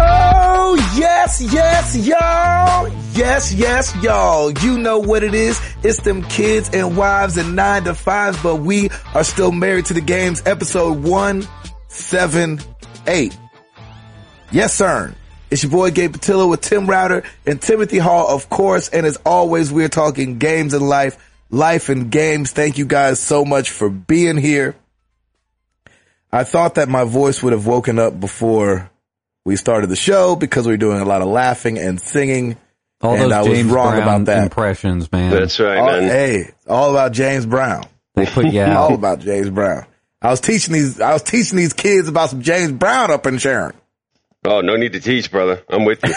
Oh, y'all. Yes, yes, y'all. You know what it is. It's them kids and wives and nine to fives, but we are still married to the games. Episode 178. Yes, sir. It's your boy Gabe Patillo with Tim Router and Timothy Hall, of course. And as always, we're talking games and life, life and games. Thank you guys so much for being here. I thought that my voice would have woken up before we started the show because we were doing a lot of laughing and singing. All and those I was James wrong Brown about that. impressions, man. That's right, All, man. hey, it's all about James Brown. they put you Oh. All out. about James Brown. I was teaching these. I was teaching these kids about some James Brown up in Sharon. Oh, no need to teach, brother. I'm with you.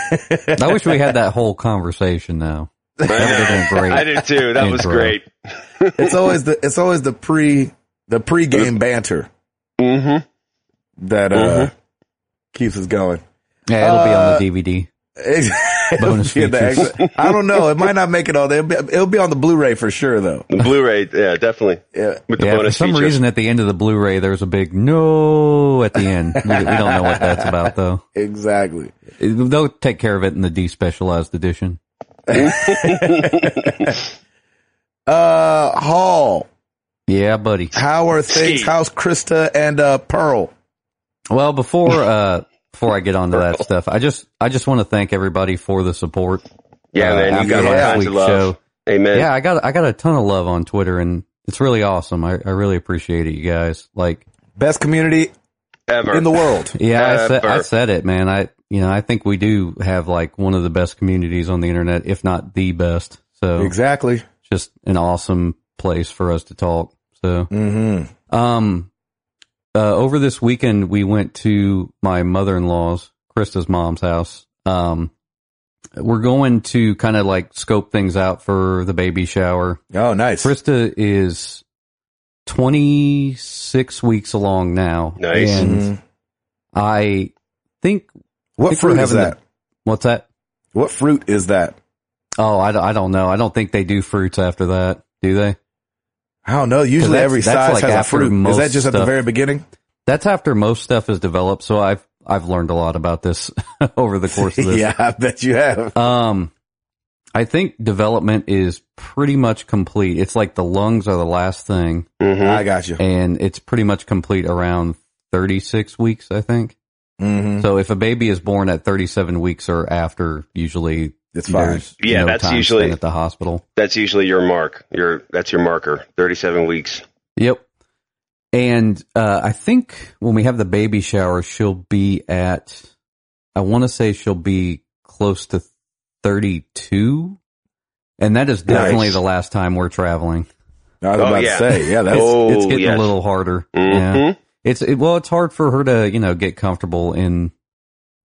I wish we had that whole conversation though. I, That would've been great. did too. That was Intro. great. It's always the it's always the pre the pre-game banter hmm Mm-hmm. that uh, Mhm. keeps us going. Yeah, it'll Uh, be on the DVD. It'll Bonus be in the features. extra- I don't know. It might not make it all there. It'll be, it'll be on the Blu-ray for sure, though. The Blu-ray, yeah, definitely. Yeah. With the Yeah, for bonus some feature. reason at the end of the Blu-ray, there's a big no at the end. We, we don't know what that's about though. Exactly. It- They'll take care of it in the despecialized edition. Uh, Hall, Yeah, buddy. how are things? Ski. How's Krista and uh, Pearl? Well, before uh before I get onto that stuff, I just I just want to thank everybody for the support. yeah, uh, man, you got after all last kinds of week's love. show. Amen. yeah, I got I got a ton of love on Twitter, and it's really awesome. I, I really appreciate it, you guys. Like, Best community Ever. in the world. yeah, I said, I Ever. said it, man. I you know I think we do have like one of the best communities on the internet, if not the best. So Exactly. just an awesome place for us to talk. So Mm-hmm. um, uh, over this weekend we went to my mother in law's Krista's mom's house. Um, we're going to kind of like scope things out for the baby shower. Oh, nice. Krista is 26 weeks along now. Nice. And Mhm. I think, What think fruit we're is having that? the- what's that? What fruit is that? Oh, I, don't- I don't know. I don't think they do fruits after that, do they? I don't know. Usually that's- every that's size like has a after fruit. Is most that just at the stuff. very beginning? That's after most stuff is developed. So I've, I've learned a lot about this over the course of this. yeah, I bet you have. Um, I think development is pretty much complete. It's like the lungs are the last thing Mhm. I got you. and it's pretty much complete around 36 weeks, I think. Mm-hmm. So if a baby is born at 37 weeks or after, usually It's fine. there's Yeah, no that's time usually- spent at the hospital. That's usually your mark. Your that's your marker. Thirty-seven weeks. Yep. And uh, I think when we have the baby shower, she'll be at. I want to say she'll be close to 32, and that is definitely Nice. the last time we're traveling. I was Oh, about to yeah. say, yeah, that's oh, it's getting yes. a little harder. Mhm. Yeah. It's it, well, it's hard for her to you know get comfortable in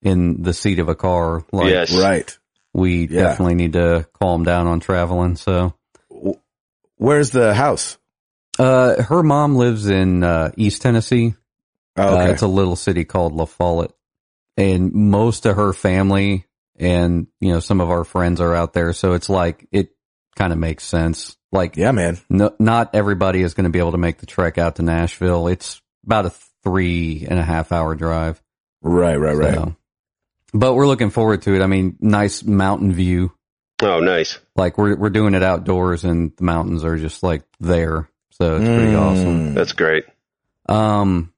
in the seat of a car. Like yes. right. we Yeah. definitely need to calm down on traveling. So, W- Where's the house? uh, her mom lives in uh, East Tennessee. Oh, Uh, okay. it's a little city called La Follette, and most of her family and you know some of our friends are out there. So it's like it kind of makes sense. Like, yeah, man. no, not everybody is going to be able to make the trek out to Nashville. It's about a three and a half hour drive. Right, right, right. So- But we're looking forward to it. I mean, nice mountain view. Oh, nice. like we're we're doing it outdoors and the mountains are just like there. So it's pretty Mm. awesome. That's great. Um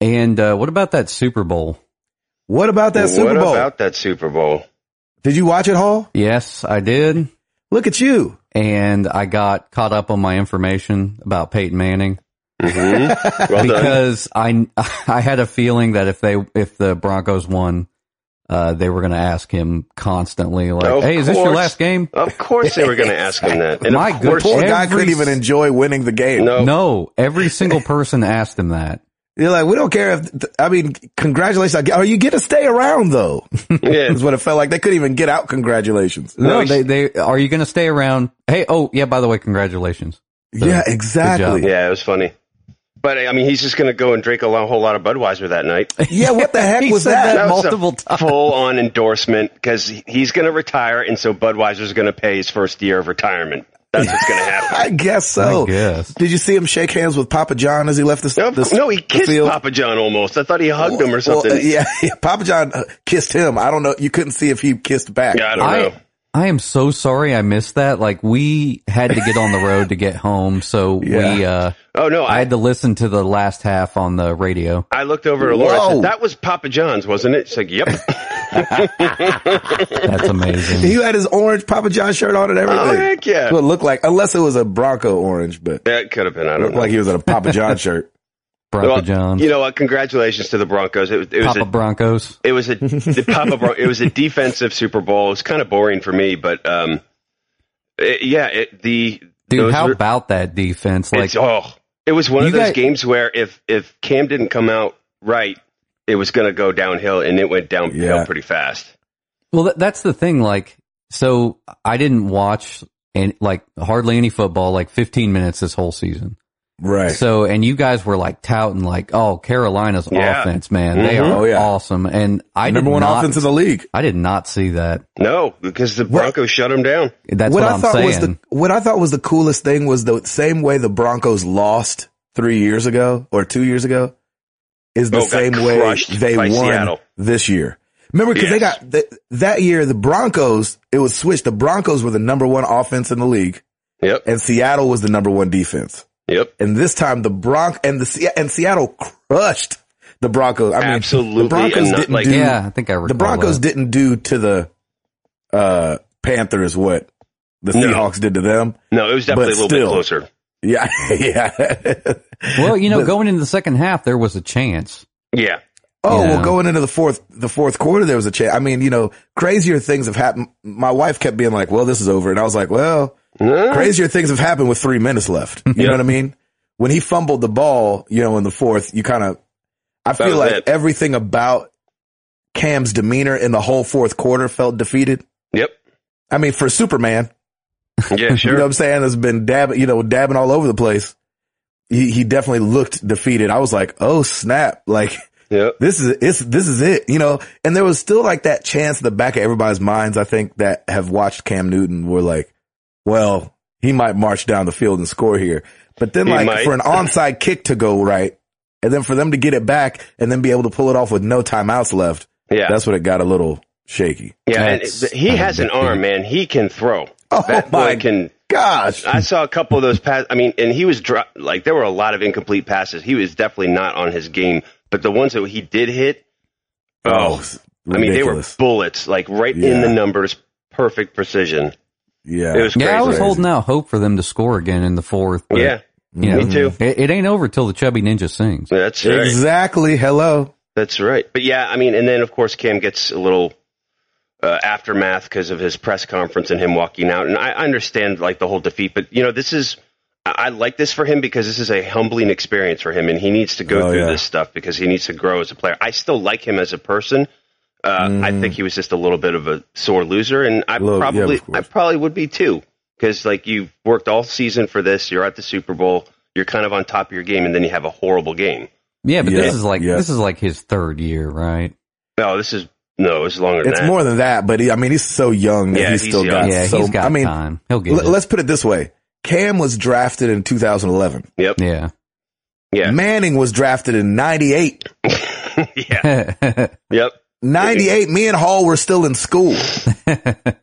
and uh what about that Super Bowl? What about that what Super Bowl? about that Super Bowl? Did you watch it, Hall? Yes, I did. Look at you. And I got caught up on my information about Peyton Manning Mhm. well done. because I I had a feeling that if they if the Broncos won, uh, they were going to ask him constantly like, Of "Hey, is this your course. last game?" Of course, they were going to ask him that. And My of course, Poor goodness. guy Every couldn't even s- enjoy winning the game. no, No, every single person asked him that. You're like, we don't care if. th- I mean, congratulations. I g- Are you get to stay around though? yeah, Is what it felt like. They couldn't even get out. Congratulations. No, Nice. they they are you going to stay around? Hey, oh yeah, by the way, congratulations. So, yeah, good exactly. yeah, it was funny. But I mean, he's just going to go and drink a lo- whole lot of Budweiser that night. Yeah, what the heck He was said that? that- That was a multiple times. Full-on endorsement because he's going to retire, and so Budweiser's going to pay his first year of retirement. That's what's going to happen. I guess so. I guess. Did you see him shake hands with Papa John as he left the, No, the no, he the kissed field? Papa John almost. I thought he hugged him or Well, something. uh, yeah, Papa John uh, kissed him. I don't know. You couldn't see if he kissed back. yeah, I don't know. I I am so sorry I missed that. Like we had to get on the road to get home, so we Yeah. uh Oh no, I I had to listen to the last half on the radio. I looked over at Laura. I Whoa. said, that was Papa John's, wasn't it? She's like, "Yep." That's He amazing. had his orange Papa John shirt on and everything. oh heck yeah. That's what it looked like, unless it was a Bronco orange, but That could have been. I it don't looked know. like he was in a Papa John shirt. Papa Well, John. You know what? Congratulations to the Broncos. It was it was Papa Broncos. a, it was a the Papa Bron- it was a defensive Super Bowl. It was kind of boring for me, but um, it- yeah, it, the Dude, those how are- about that defense? Like it's oh, it was one of You those guys- games where if if Cam didn't come out right, it was going to go downhill, and it went downhill Yeah. pretty fast. Well, that, that's the thing. Like, so I didn't watch and like hardly any football, like 15 minutes this whole season. Right. So, and you guys were like touting like, oh, Carolina's Yeah. offense, man, they Mhm. are Oh, yeah. awesome. And I Number did one not, offense in the league. I did not see that. No, because the What- Broncos shut him down. That's what, I I'm thought saying. was the what I thought was the coolest thing was the same way the Broncos lost three years ago or two years ago is the Oh, got same way crushed they by won Seattle. this year. Remember, because they Yes. got th- that year the Broncos. It was switched. The Broncos were the number one offense in the league, Yep, and Seattle was the number one defense. yep. And this time the Bronc and the Se- and Seattle crushed the Broncos. I mean, Absolutely, the Broncos and not didn't like- do yeah, I think I recall the Broncos that. didn't do to the uh, Panthers what the No. Seahawks did to them. No, it was definitely a But little still. bit closer. Yeah, yeah. Well, you know, But- going into the second half, there was a chance. Yeah, oh you well, know. going into the fourth the fourth quarter, there was a chance. I mean, you know, crazier things have happened. My wife kept being like, "Well, this is over," and I was like, "Well, No. crazier things have happened with three minutes left." You Uh-huh. Yeah. know what I mean? When he fumbled the ball, you know, in the fourth, you kind of, I feel was like it. everything about Cam's demeanor in the whole fourth quarter felt defeated. Yep. I mean, for Superman, Yeah, sure. You know what I'm saying? That's been dabbing, you know, dabbing all over the place. He, he definitely looked defeated. I was like, oh snap. Like Yep. this is, it's, this is it, you know, and there was still like that chance in the back of everybody's minds. I think that have watched Cam Newton were like, well, he might march down the field and score here. But then He like might. for an onside kick to go right and then for them to get it back and then be able to pull it off with no timeouts left. Yeah. That's what it got a little shaky. yeah. And That's th- he has an ridiculous. arm, man. He can throw. Oh That my boy can. gosh. I saw a couple of those passes. I mean, and he was dro- like, there were a lot of incomplete passes. He was definitely not on his game, but the ones that he did hit, oh, it's I mean, they were ridiculous. bullets, like right in Yeah. the numbers, perfect precision. yeah. It was crazy. Yeah, I was Crazy. holding out hope for them to score again in the fourth. but, yeah, you know, me too. It, it ain't over till the Chubby Ninja sings. That's right. Exactly. Hello. That's right. But yeah, I mean, and then of course Cam gets a little uh, aftermath because of his press conference and him walking out. And I I understand like the whole defeat, but you know, this is I I like this for him because this is a humbling experience for him, and he needs to go Oh, through yeah. this stuff because he needs to grow as a player. I still like him as a person. Uh, I think he was just a little bit of a sore loser, and I Mm. Little- yeah, of probably course. I probably would be too because like you've worked all season for this. You're at the Super Bowl. You're kind of on top of your game, and then you have a horrible game. Yeah, but this Yeah, is like yeah. this is like his third year, right? No, this is no, it's longer than It's that. more than that, but he, I mean, he's so young that Yeah, he's he's still got young. yeah, so. he's got I mean, time. He'll get l- it. let's put it this way: Cam was drafted in 2011. Yep. Yeah. Yeah. Manning was drafted in 98. yeah. yeah, Yep. 98. Me and Hall were still in school.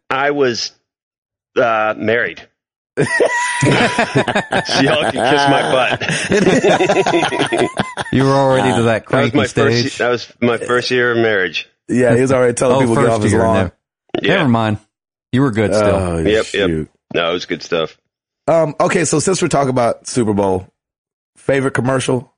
I was uh, married. So y'all can kiss my butt. you were already to that That was cranky my stage. first. That was my first year of marriage. yeah, he was already telling oh, people to get first off his year. lawn. Yeah. Never mind. You were good still. Oh, Yep, yep. shoot. No, it was good stuff. Um, okay, so since we're talking about Super Bowl, favorite commercial?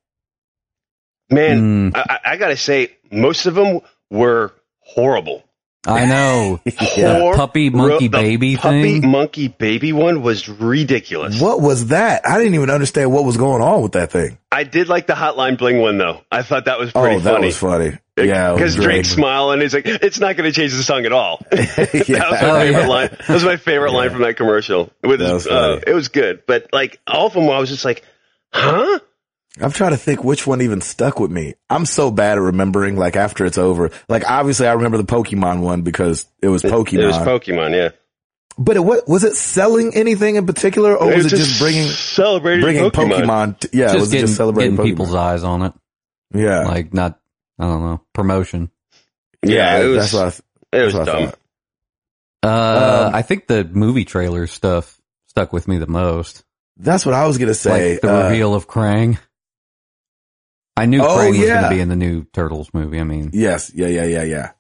Mm. Mm, Man, I, I- I gotta say, most of them were horrible. I know. Hor- puppy monkey the baby puppy thing? monkey baby one was ridiculous. What was that? I didn't even understand what was going on with that thing. I did like the hotline bling one though. I thought that was Oh, pretty that funny. was funny. Yeah, it was because great. Drake's smiling. He's like, "It's not going to change the song at all." Yeah. that was Oh, my favorite yeah. line. That was my favorite line from that commercial. With That his- was uh, funny. it was good, but like all of them, I was just like, "Huh?" I'm trying to think which one even stuck with me. I'm so bad at remembering, like after it's over. Like obviously I remember the Pokemon one because it was Pokemon. It was Pokemon, yeah. But it, what was it selling anything in particular, or Oh, was it just, bringing celebrating bringing Pokemon? Pokemon? t- yeah, was getting, it just celebrating getting Pokemon? people's eyes on it. yeah, Like not, I don't know, promotion. Yeah, it was that's what I, th- it that's was what I dumb. thought. Uh, Um, I think the movie trailer stuff stuck with me the most. That's what I was gonna say. like the Uh, reveal of Krang. I knew Oh, Krang was going yeah. to be in the new Turtles movie. I mean, Yes. Yeah. Yeah. Yeah. Yeah.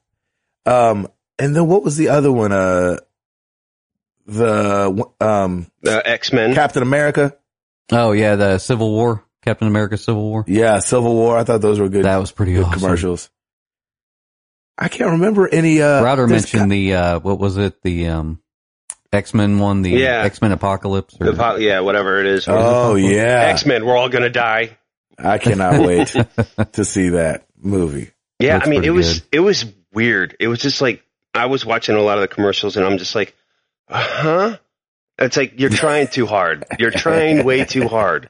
Um, and then what was the other one? Uh, the um Uh, X Men. Captain America. oh yeah, the Civil War, Captain America Civil War. Yeah, Civil War. I thought those were good. that was pretty good awesome. commercials. I can't remember any. Uh, Router there's mentioned the uh, what was it? The um, X Men one, the Yeah. X Men Apocalypse. Or, The po- yeah, whatever it is. ki- Oh yeah, X Men. We're all gonna die. I cannot wait to see that movie. Yeah, Looks I mean, pretty it was good. it was weird. It was just like I was watching a lot of the commercials, and I'm just like, huh? It's like you're trying too hard. You're trying way too hard.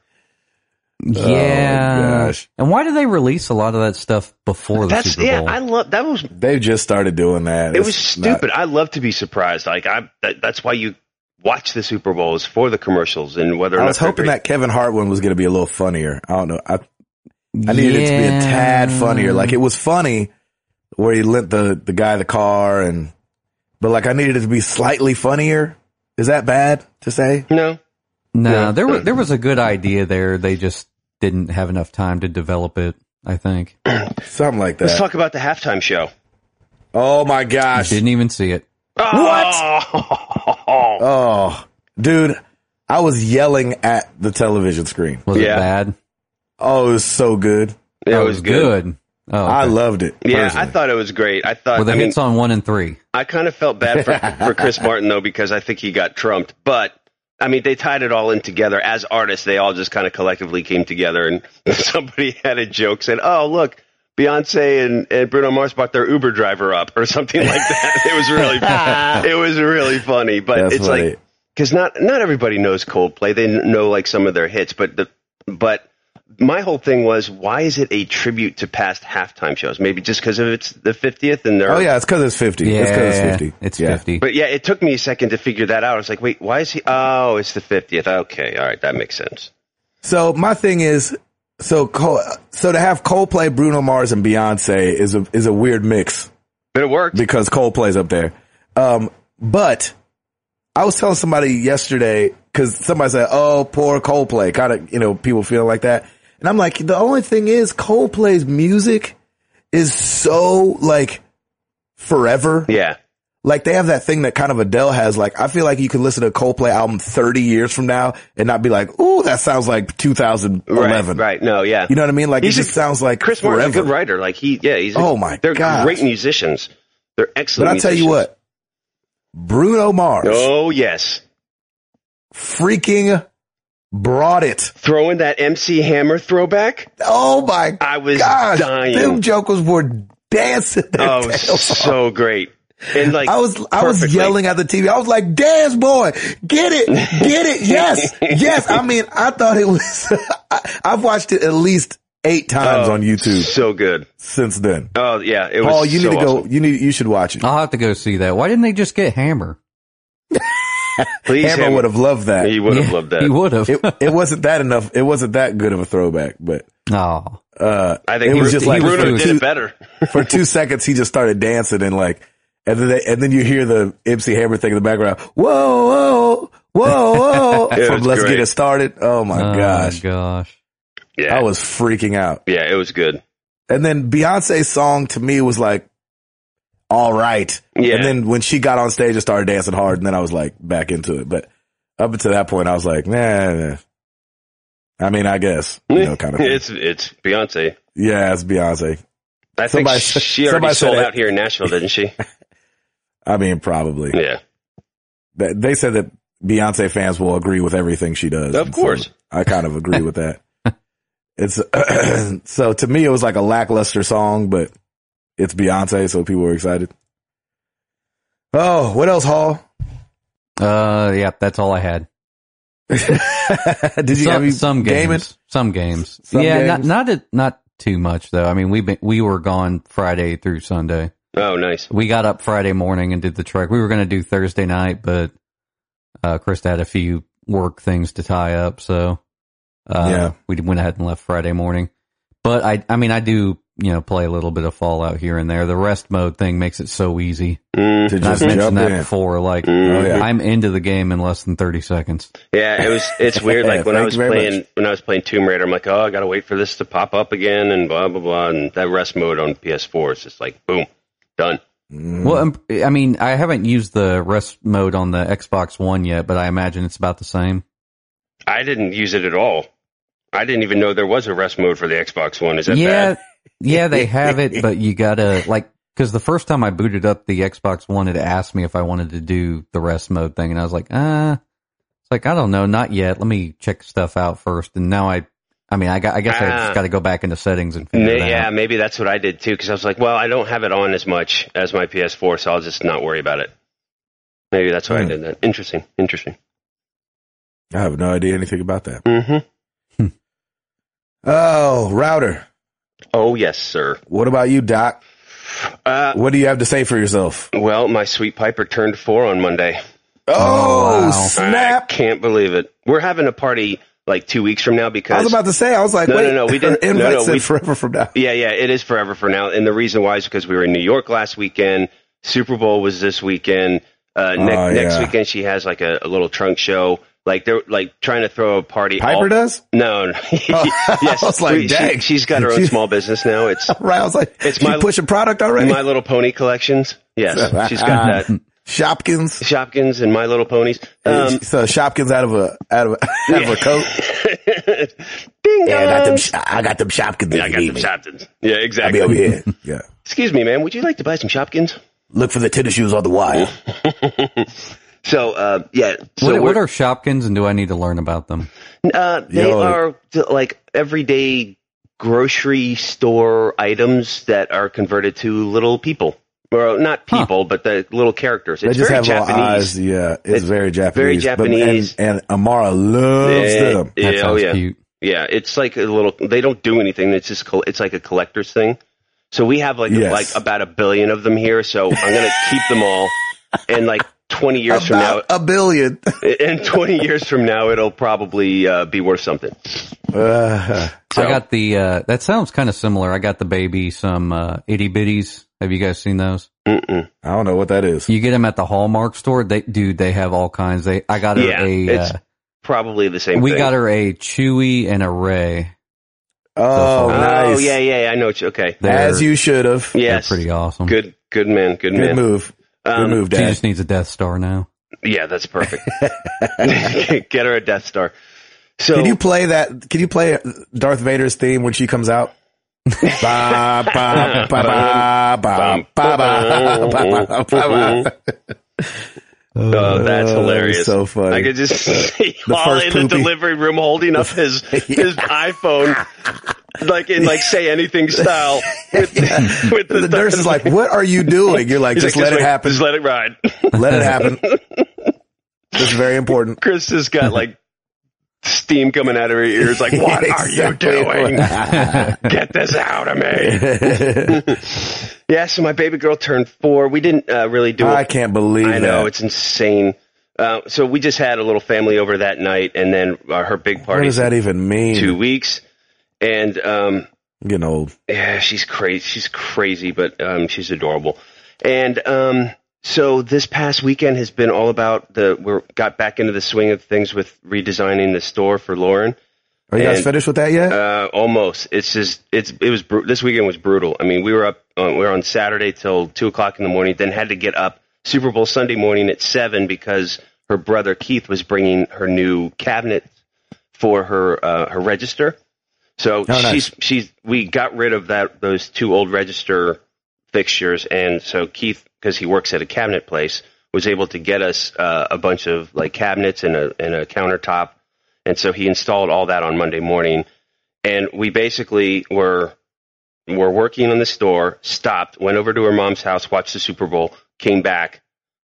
yeah. Oh, my gosh. And why did they release a lot of that stuff before the That's Super yeah. Bowl? I love that was They just started doing that. it It's was not- stupid. I love to be surprised. Like I that, that's why you watch the Super Bowl is for the commercials and whether or I not was they're hoping great. that Kevin Hart one was going to be a little funnier. I don't know. I, I needed it to be a tad funnier. Like it was funny where he lent the, the guy the car and, but like I needed it to be slightly funnier. Is that bad to say? no. no, Yeah. there was there was a good idea there. They just didn't have enough time to develop it. I think Something like Let's that. talk about the halftime show. oh my I gosh. didn't even see it. Oh, Oh, dude, I was yelling at the television screen. Was Yeah. it bad? Oh, it was so good. It Oh, was good. Oh, I okay. loved it. Yeah, personally. I thought it was great. I thought Were the I mean, hits on one and three? I kind of felt bad for, for Chris Martin though because I think he got trumped. But I mean, they tied it all in together as artists. They all just kind of collectively came together, and somebody had a joke said, "Oh, look." Beyonce and, and Bruno Mars bought their Uber driver up or something like that. It was really, it was really funny, but That's it's funny. like, cause not, not everybody knows Coldplay. They kn- know like some of their hits, but the, but my whole thing was, why is it a tribute to past halftime shows? Maybe just cause of it's the 50th and they're, Oh yeah, it's cause it's 50. Yeah, it's cause it's 50. It's yeah. 50. but yeah, it took me a second to figure that out. I was like, wait, why is he? Oh, it's the 50th. Okay. All right. That makes sense. So my thing is, so Col- so to have Coldplay, Bruno Mars, and Beyonce is a is a weird mix But it worked. because Coldplay's up there. Um, but I was telling somebody yesterday because somebody said, "Oh, poor Coldplay," kind of you know people feel like that, and I'm like, the only thing is Coldplay's music is so like forever. yeah. Like they have that thing that kind of Adele has. Like I feel like you can listen to a Coldplay album 30 years from now and not be like, "Ooh, that sounds like 2011." Right. Right. No. Yeah. You know what I mean? Like He's it just a- sounds like Chris forever. Martin's a good writer. Like he, yeah. He's. a- Oh, my They're gosh. great musicians. They're excellent. But I'll tell you musicians. what, Bruno Mars Oh yes. freaking brought it. Throwing that MC Hammer throwback. Oh my I was gosh, dying. them jokers were dancing. Their oh, it was tails off. so great. And like I was I was perfectly. yelling at the TV. I was like, "Dance, boy, get it, get it, yes, yes." I mean, I thought it was. I, I've watched it at least eight times Oh, on YouTube So good. since then. Oh yeah. It was. Paul, you so need to go. awesome. You need. You should watch it. I'll have to go see that. Why didn't they just get Hammer? Please, Hammer Hammer. would have loved that. He would have Yeah, loved that. He would have. it, it wasn't that enough. It wasn't that good of a throwback, but oh, uh, I think it was Bru- just like Bruno for did two, it better. for two seconds he just started dancing and like, and then they, and then you hear the MC Hammer thing in the background. Whoa, whoa, whoa, whoa! It from was Let's great. get it started. Oh my Oh, gosh, gosh. Yeah. I was freaking out. yeah. It was good. And then Beyonce's song to me was like, all right. Yeah. And then when she got on stage and started dancing hard, and then I was like back into it. But up until that point, I was like, nah. nah. I mean, I guess you know, kind of. thing. it's it's Beyonce. Yeah, it's Beyonce. I Somebody think s- she already somebody said sold it. out here in Nashville, didn't she? I mean, probably. Yeah, They- They said that Beyonce fans will agree with everything she does. Of And so course. I kind of agree with that. It's so to me, it was like a lackluster song, but it's Beyonce, so people were excited. Oh, what else, Hall? Uh, yeah, that's all I had. Did you some, have you some games, gaming? some games. Some yeah, not games? not a, not too much though. I mean, we been, we were gone Friday through Sunday. Oh, nice. We got up Friday morning and did the trek. We were going to do Thursday night, but Uh, Chris had a few work things to tie up, so uh, Yeah. we went ahead and left Friday morning. But I, I mean, I do you know play a little bit of Fallout here and there. The rest mode thing makes it so easy. Mm. To And I've just jump mentioned that in. before. Like Mm. Oh, yeah. I'm into the game in less than thirty seconds. Yeah, it was. It's weird. Like when I Thank was you very playing when I was playing Tomb Raider, I'm like, oh, I gotta wait for this to pop up again, and blah blah blah. And that rest mode on PS4 is just like, boom, done. Mm. Well, um, I mean, I haven't used the rest mode on the Xbox One yet, but I imagine it's about the same. I didn't use it at all. I didn't even know there was a rest mode for the Xbox One. Is that yeah, bad? yeah, they have it, but you gotta like because the first time I booted up the Xbox One, it asked me if I wanted to do the rest mode thing, and I was like, ah, it's like I don't know, not yet. Let me check stuff out first, and now I, I mean, I got, I guess I Ah. just got to go back into settings and Ma- figure that yeah, out. maybe that's what I did too. Because I was like, well, I don't have it on as much as my PS4, so I'll just not worry about it. Maybe that's why I Hmm. did that. Interesting. Interesting. I have no idea anything about that. hmm Oh, router. Oh yes, sir. What about you, Doc? Uh, What do you have to say for yourself? well, my sweet Piper turned four on Monday. Oh, wow. snap. I can't believe it. We're having a party like two weeks from now because I was about to say, I was like, No, wait, no, no, we didn't- her no, no, invite said we- forever from now. yeah, yeah, it is forever for now. And the reason why is because we were in New York last weekend. Super Bowl was this weekend. Uh, ne- Oh, Next yeah. weekend she has like a, a little trunk show. Like they're like trying to throw a party. Piper all- does? No, no. yes, Oh, I was like, we- she- dang. she's got her own She's- small business now. It's Right. I was like, It's she my- pushing product already? My Little Pony collections. Yes, she's got that. Shopkins. Shopkins and My Little Ponies. Um, so Shopkins out of a out of a, out of a coat. Ding Yeah, I got them. dong. Sh- I got them Shopkins. I got them Shopkins. Yeah, I'll be exactly. over here. Yeah. Excuse me, ma'am. Would you like to buy some Shopkins? Look for the tennis shoes on the wire. So, uh, yeah. So what, what we're- are Shopkins, and do I need to learn about them? uh, they Yo. are th- like everyday grocery store items that are converted to little people. Well, not Huh. people, but the little characters. They It's just very have little Japanese. eyes. Yeah, it's, It's very Japanese. Japanese. But, and, and Amara loves Yeah, them. That yeah, oh sounds yeah, cute. yeah. It's like a little. They don't do anything. It's just col- it's like a collector's thing. So we have like Yes. like about a billion of them here. So I'm gonna keep them all. And like 20 years from now, About a billion. and 20 years from now, it'll probably uh, be worth something. Uh, So- I got the. Uh, that sounds kind of similar. I got the baby some uh, itty bitties. Have you guys seen those? Mm-mm. I don't know what that is. You get them at the Hallmark store. They dude, they have all kinds. They I got her Yeah, a. it's Uh, Probably the same. we thing. got her a Chewy and a Ray. Oh, Oh, Oh, nice. yeah, yeah, yeah. I know. What you, okay. They're, As you should have. they're Yes. pretty awesome. Good. Good man. Good, Good man. move. Good Um, move, She Dad. just needs a Death Star now. Yeah, that's perfect. Get her a Death Star. So Can you play that? Can you play Darth Vader's theme when she comes out? Ba, ba, ba, ba, um, ba, ba, ba, ba, ba, mm-hmm, ba, ba. Oh, that's hilarious. So funny. I could just see The Paul first in the poopy. delivery room holding up his his iPhone, like in like say anything style. With, with the nurse is like, "What are you doing?" You're like, He's "Just like, let it wait, happen. Just let it ride. Let it happen." It's very important. Chris has got like steam coming out of her ears. Like, what are you Exactly. doing? Get this out of me. Yeah. So my baby girl turned four. We didn't uh, really do I it. can't believe I know that. it's insane. Uh, so we just had a little family over that night, and then uh, her big what party does that even mean? two weeks, and um, I'm getting old. yeah, she's crazy. She's crazy, but um, she's adorable. And um, so this past weekend has been all about the. We got back into the swing of things with redesigning the store for Lauren. Are you guys And- finished with that yet? Uh, almost. It's just. It's. It was. Br- this weekend was brutal. I mean, we were up. Uh, we were on Saturday till two o'clock in the morning. Then had to get up Super Bowl Sunday morning at seven because her brother Keith was bringing her new cabinet for her uh, her register. So nice. she's she's we got rid of that those two old register fixtures, and so Keith, because he works at a cabinet place, was able to get us uh, a bunch of like cabinets and a and a countertop, and so he installed all that on Monday morning, and we basically were were working on the store, stopped, went over to her mom's house, watched the Super Bowl, came back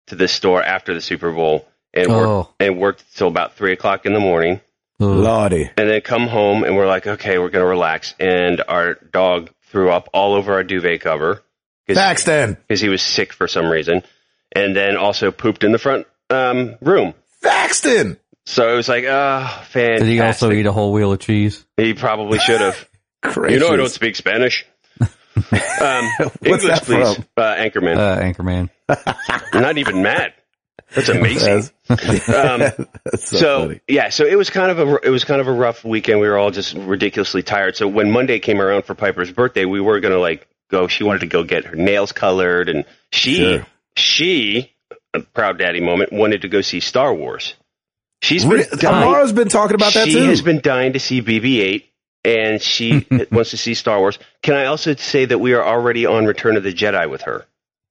to the store after the Super Bowl, and Oh. worked and worked till about three o'clock in the morning Ugh. Lordy. and then come home and we're like, okay, we're gonna relax. And our dog threw up all over our duvet cover because Paxton. he was sick for some reason, and then also pooped in the front um, room. Paxton. So it was like, oh, fantastic. Did he also eat a whole wheel of cheese? He probably should have. you Gracious. know, I don't speak Spanish. Um, What's English, that please. from? Uh, Anchorman. Uh, Anchorman. Not even mad. That's amazing. That's- Um, that's so, so funny. yeah, so it was kind of a it was kind of a rough weekend. We were all just ridiculously tired. So when Monday came around for Piper's birthday, we were gonna like go. She wanted to go get her nails colored, and she Sure. she a proud daddy moment wanted to go see Star Wars. She's been Re- dying. Amara's been talking about that she too. has been dying to see BB-8, and she wants to see Star Wars. Can I also say that we are already on Return of the Jedi with her?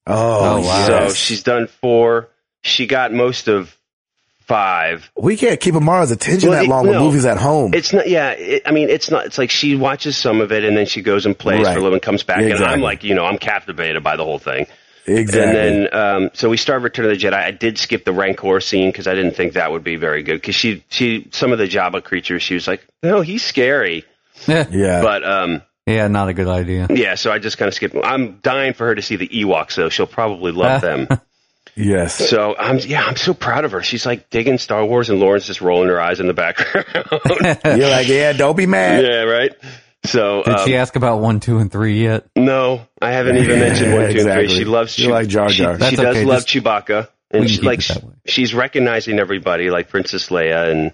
oh, Oh, wow. yes. So she's done four. She got most of five. we can't keep Amara's attention Well, that it- long with no. movies at home. It's not, yeah. It, I mean, it's not. It's like she watches some of it and then she goes and plays Right. for a little and comes back. And I'm Exactly. like, you know, I'm captivated by the whole thing. exactly. And then, um, so we started Return of the Jedi. I did skip the Rancor scene because I didn't think that would be very good. Because she, she, some of the Jabba creatures, she was like, no, he's scary. yeah, yeah. But um, yeah, not a good idea. yeah, so I just kind of skipped. I'm dying for her to see the Ewoks, though. She'll probably love Uh. them. yes. So I'm, yeah, I'm so proud of her. She's like digging Star Wars, and Lauren's just rolling her eyes in the background. You're like, yeah, don't be mad. yeah, right. So Did um, she ask about one, two, and three yet? No, I haven't even mentioned one, two, and Exactly. three. She loves. You like Jar Jar. She, she That's does okay, love just- Chewbacca, we and can she, keep like it that way. she's recognizing everybody, like Princess Leia, and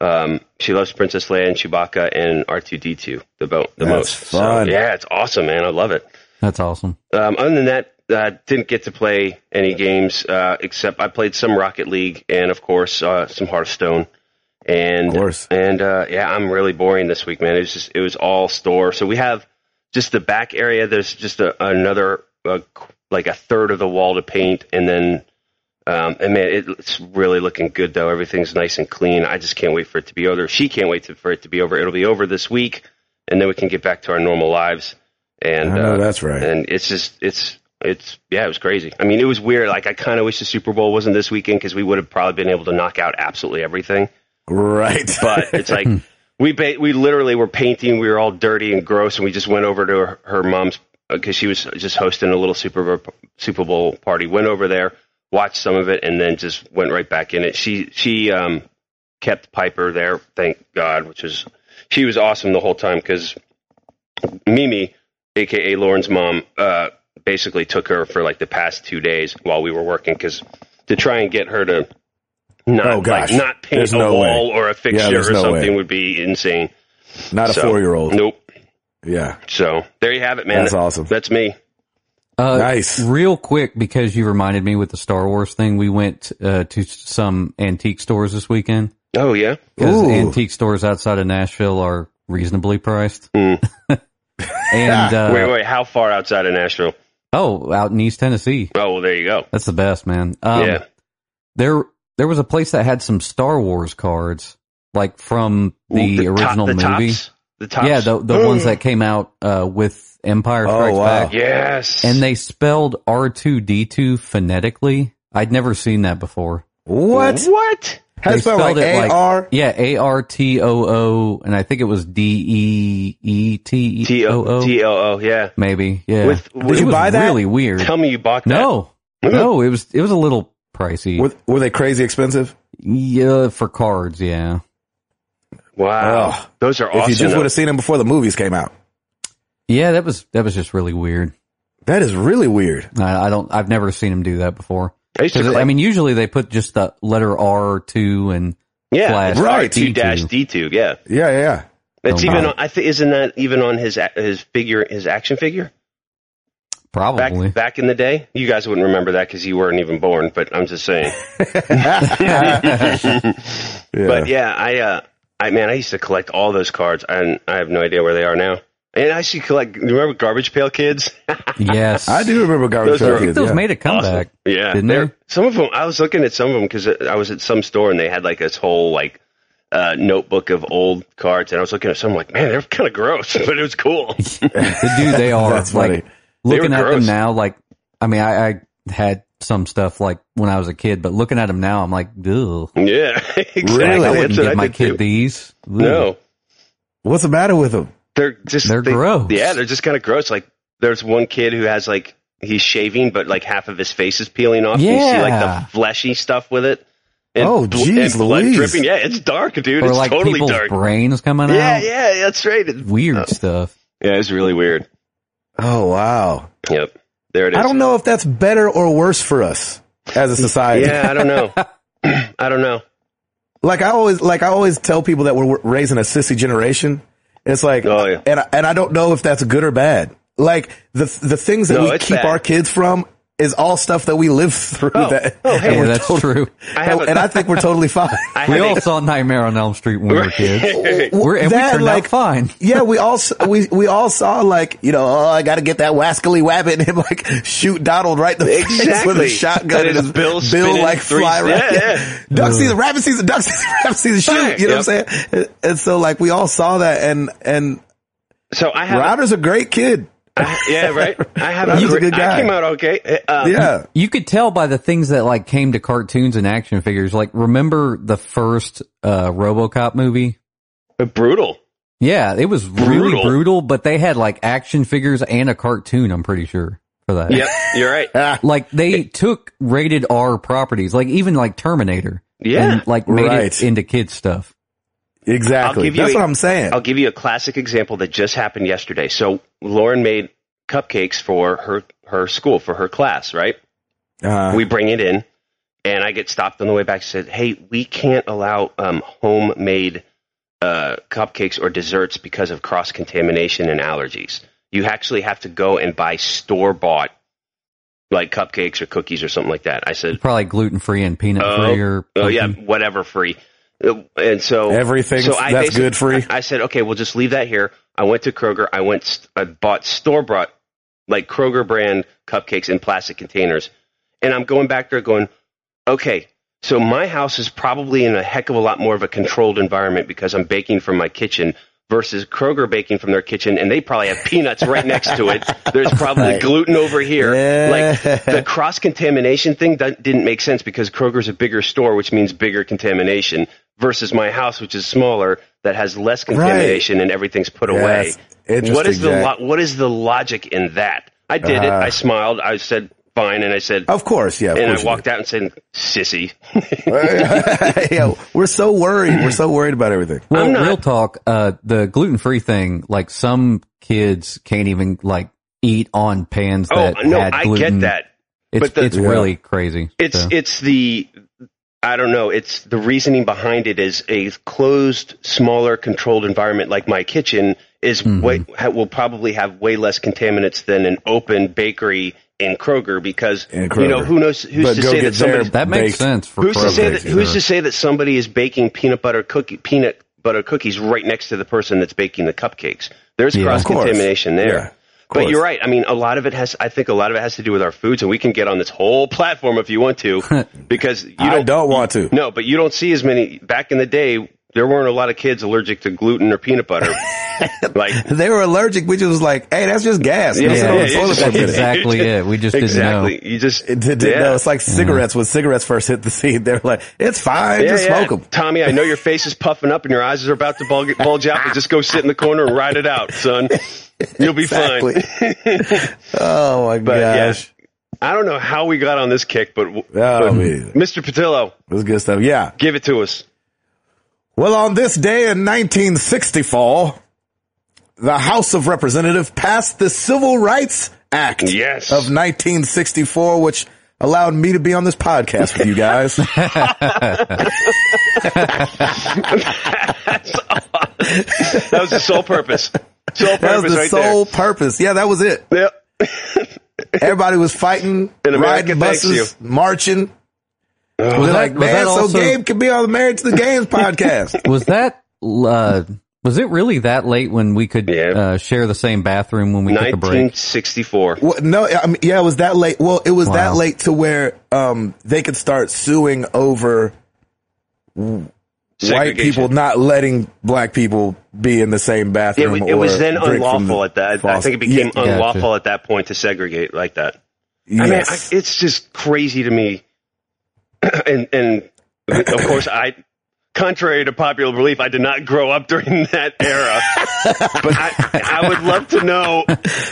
um, she loves Princess Leia and Chewbacca and R two D two the, bo- the That's most. fun. So, yeah, it's awesome, man. I love it. That's awesome. Um, other than that, uh, didn't get to play any games uh, except I played some Rocket League and of course uh, some Hearthstone. And Of course. and uh, yeah, I'm really boring this week, man. It was just it was all store. So we have just the back area. There's just a, another uh, qu- like a third of the wall to paint, and then um, and man, it, it's really looking good though. Everything's nice and clean. I just can't wait for it to be over. She can't wait to, for it to be over. It'll be over this week, and then we can get back to our normal lives. And I know uh, that's right. and it's just it's it's yeah, it was crazy. I mean, it was weird. Like I kind of wish the Super Bowl wasn't this weekend because we would have probably been able to knock out absolutely everything. Right. But it's like we ba- we literally were painting. We were all dirty and gross, and we just went over to her, her mom's because she was just hosting a little Super Bowl, Super Bowl party. Went over there, watched some of it, and then just went right back in it. She she um, kept Piper there, thank God, which was she was awesome the whole time because Mimi, aka Lauren's mom, uh, basically took her for like the past two days while we were working because to try and get her to not Oh, gosh. like not paint There's a no wall or a fixture there's or no something way. would be insane. Not a So, four year old. Nope. Yeah. So there you have it, man. That's awesome. That's me. Uh, Nice. Real quick, because you reminded me with the Star Wars thing, we went uh, to some antique stores this weekend. Oh yeah. Because Ooh. antique stores outside of Nashville are reasonably priced. and uh, Hmm. wait, wait. How far outside of Nashville? oh, out in East Tennessee, Oh, well, there you go. that's the best, man. Um, yeah. There, there was a place that had some Star Wars cards, like from the, top- original the movie. Tops, the tops. Yeah, the the ones that came out uh, with Empire Oh, Strikes wow. Back, Yes. and they spelled R two D two phonetically. I'd never seen that before. What? What? Has They it spelled like spelled it A like- R? Yeah, A R T O O, and I think it was D E E T T E O O O. T O O. Yeah. Maybe. Yeah. With, Did with you it was buy that? really weird. tell me you bought that. no. No, it was it was a little pricey. Were, were they crazy expensive? yeah, for cards, yeah. Wow. Ugh. Those are if you awesome. just though. would have seen them before the movies came out. Yeah, that was that was just really weird. That is really weird. I, I don't I've never seen him do that before. I used to 'Cause, collect- I mean, usually they put just the letter R two and yeah, Flash right. D2. Two dash D two. Yeah, Yeah, yeah, yeah. that's Oh, even. wow. On, I think isn't that even on his a- his figure his action figure back probably. back in the day? You guys wouldn't remember that because you weren't even born. But I'm just saying. Yeah. But yeah, I uh, I man, I used to collect all those cards, and I have no idea where they are now. And I used to collect. Remember garbage pail kids? yes. I do remember Garbage Those are- Pail I think Kids. those yeah. made a comeback. Yeah, Didn't they're- they? Some of them. I was looking at some of them because I was at some store and they had like this whole like uh, notebook of old cards, and I was looking at some like, man, they're kind of gross, but it was cool. The dude they are That's funny. like looking were at them gross. now, like I mean I, I had some stuff like when I was a kid, but looking at them now I'm like, duh. yeah, exactly. Really? I That's wouldn't what give my did, kid too. these. Ugh. No, What's the matter with them? they're just They're they- gross. Yeah, they're just kind of gross. Like there's one kid who has like he's shaving, but like half of his face is peeling off. And you see like Yeah. the fleshy stuff with it. And Oh, bl- geez, and blood Louise. dripping. Yeah, it's dark, dude. or it's like totally people's dark. brains coming Yeah, out. yeah, that's right. It- Weird Uh, stuff. yeah, it's really weird. Oh wow. Yep, there it is. I don't know if that's better or worse for us as a society. Yeah, I don't know. I don't know. Like I always, like I always tell people that we're raising a sissy generation. It's like, Oh, yeah. and I, and I don't know if that's good or bad. Like the the things that No, we it's keep bad. our kids from is all stuff that we live through. Oh. that, Oh, hey, and, Yeah, we're that's tot- true. I have a, Oh, and I think we're totally fine. I We have all a- saw Nightmare on Elm Street when we were kids. We're, and That, we turned like- out fine. yeah, we all s- we we all saw like you know oh I got to get that wascally wabbit and him like shoot Donald right in the face with a Exactly. shotgun That and is his Bill bill, spinning like three- fly right. yeah, yeah. Duck season, rabbit season, duck season, rabbit season, shoot. You know what I'm saying? And- And so like we all saw that and and so I have. a- Router's a great kid. I- yeah, right. I have. He's a great- good guy. I came out okay. Uh, Yeah. You could tell by the things that like came to cartoons and action figures. Like remember the first uh RoboCop movie? brutal. Yeah, it was really Brutal. brutal, but they had like action figures and a cartoon, I'm pretty sure, for that. Yep, you're right. Ah, Like they took rated R properties, like even like Terminator. Yeah. And like made Right. it into kids stuff. Exactly. I'll give you That's a- what I'm saying. I'll give you a classic example that just happened yesterday. So Lauren made cupcakes for her her school for her class, right? Uh, we bring it in, and I get stopped on the way back. Said, "Hey, we can't allow um, homemade uh, cupcakes or desserts because of cross contamination and allergies. You actually have to go and buy store bought like cupcakes or cookies or something like that." I said, Probably gluten free and peanut free or "Oh yeah, pumpkin. whatever, free." Uh, And so Everything so I that's basi- good free. I said, okay, we'll just leave that here. I went to Kroger. I went, st- I bought store bought, like Kroger brand cupcakes in plastic containers. And I'm going back there going, okay, so my house is probably in a heck of a lot more of a controlled environment because I'm baking from my kitchen versus Kroger baking from their kitchen. And they probably have peanuts right next to it. There's probably Right. gluten over here. Yeah. Like the cross contamination thing that didn't make sense because Kroger's a bigger store, which means bigger contamination, versus my house, which is smaller, that has less contamination and everything's put Yeah, away. that's interesting, What is the Jack. lo- what is the logic in that? I did it. Ah. I smiled. I said fine, and I said, of course, yeah. Of and course I you walked out and said, sissy. do. yeah, we're so worried. We're so worried about everything. Well, I'm not- real talk, uh, the gluten free thing, like some kids can't even like eat on pans oh that no, had I gluten. get that. It's, but the- it's Yeah. really crazy. It's So, it's the I don't know. It's the reasoning behind it is a closed, smaller, controlled environment like my kitchen is Mm-hmm. way ha, will probably have way less contaminants than an open bakery in Kroger because In you know Kroger. who knows who's But to go say get that somebody their that makes baked- sense for who's to say that programs, who's sure. to say that somebody is baking peanut butter cookie peanut butter cookies right next to the person that's baking the cupcakes. There's Yeah. cross Of course. contamination there. Yeah, of But course. you're right. I mean, a lot of it has. I think a lot of it has to do with our foods, and we can get on this whole platform if you want to, because you I don't. don't want to. No, but you don't see as many. Back in the day, there weren't a lot of kids allergic to gluten or peanut butter. like, They were allergic, which was like, hey, that's just gas. Yeah, Go sit on yeah, the yeah, toilet for a That's minute. exactly it. We just exactly. didn't You just It did, Yeah. no, it's like cigarettes. When cigarettes first hit the scene, they're like, "It's fine, Yeah, just yeah. smoke 'em. smoke Tommy, I know your face is puffing up and your eyes are about to bulge, bulge out, but just go sit in the corner and ride it out, son. You'll be Exactly. fine. them." Oh my But gosh, yeah, I don't know how we got on this kick, but, but Oh, man. Mr. Patillo, it was good stuff. Yeah. give it to us. Well, on this day in 1964, the House of Representatives passed the Civil Rights Act Yes. of 1964, which allowed me to be on this podcast with you guys. That was the sole purpose. Sole purpose That was the right sole purpose. Yeah, that was it. there. Yep. Everybody was fighting, And America riding thanks buses, marching. We're that- like, was that man, so also- Gabe could be on the Married to the Games podcast. know. Was that, uh, was it really that late when we could, Yeah. uh, share the same bathroom when we took a break? 1964. Well, no, I mean, yeah, it was that late. Well, it was that Wow. late to where um, they could start suing over white Segregation. people not letting black people be in the same It, bathroom. wa- it or was then drink from unlawful the at that. I faucet. think it became Yeah, unlawful at that point to segregate like that. I mean, I, yes. it's just crazy to me. and and of course, I contrary to popular belief, I did not grow up during that era. but I, I would love to know.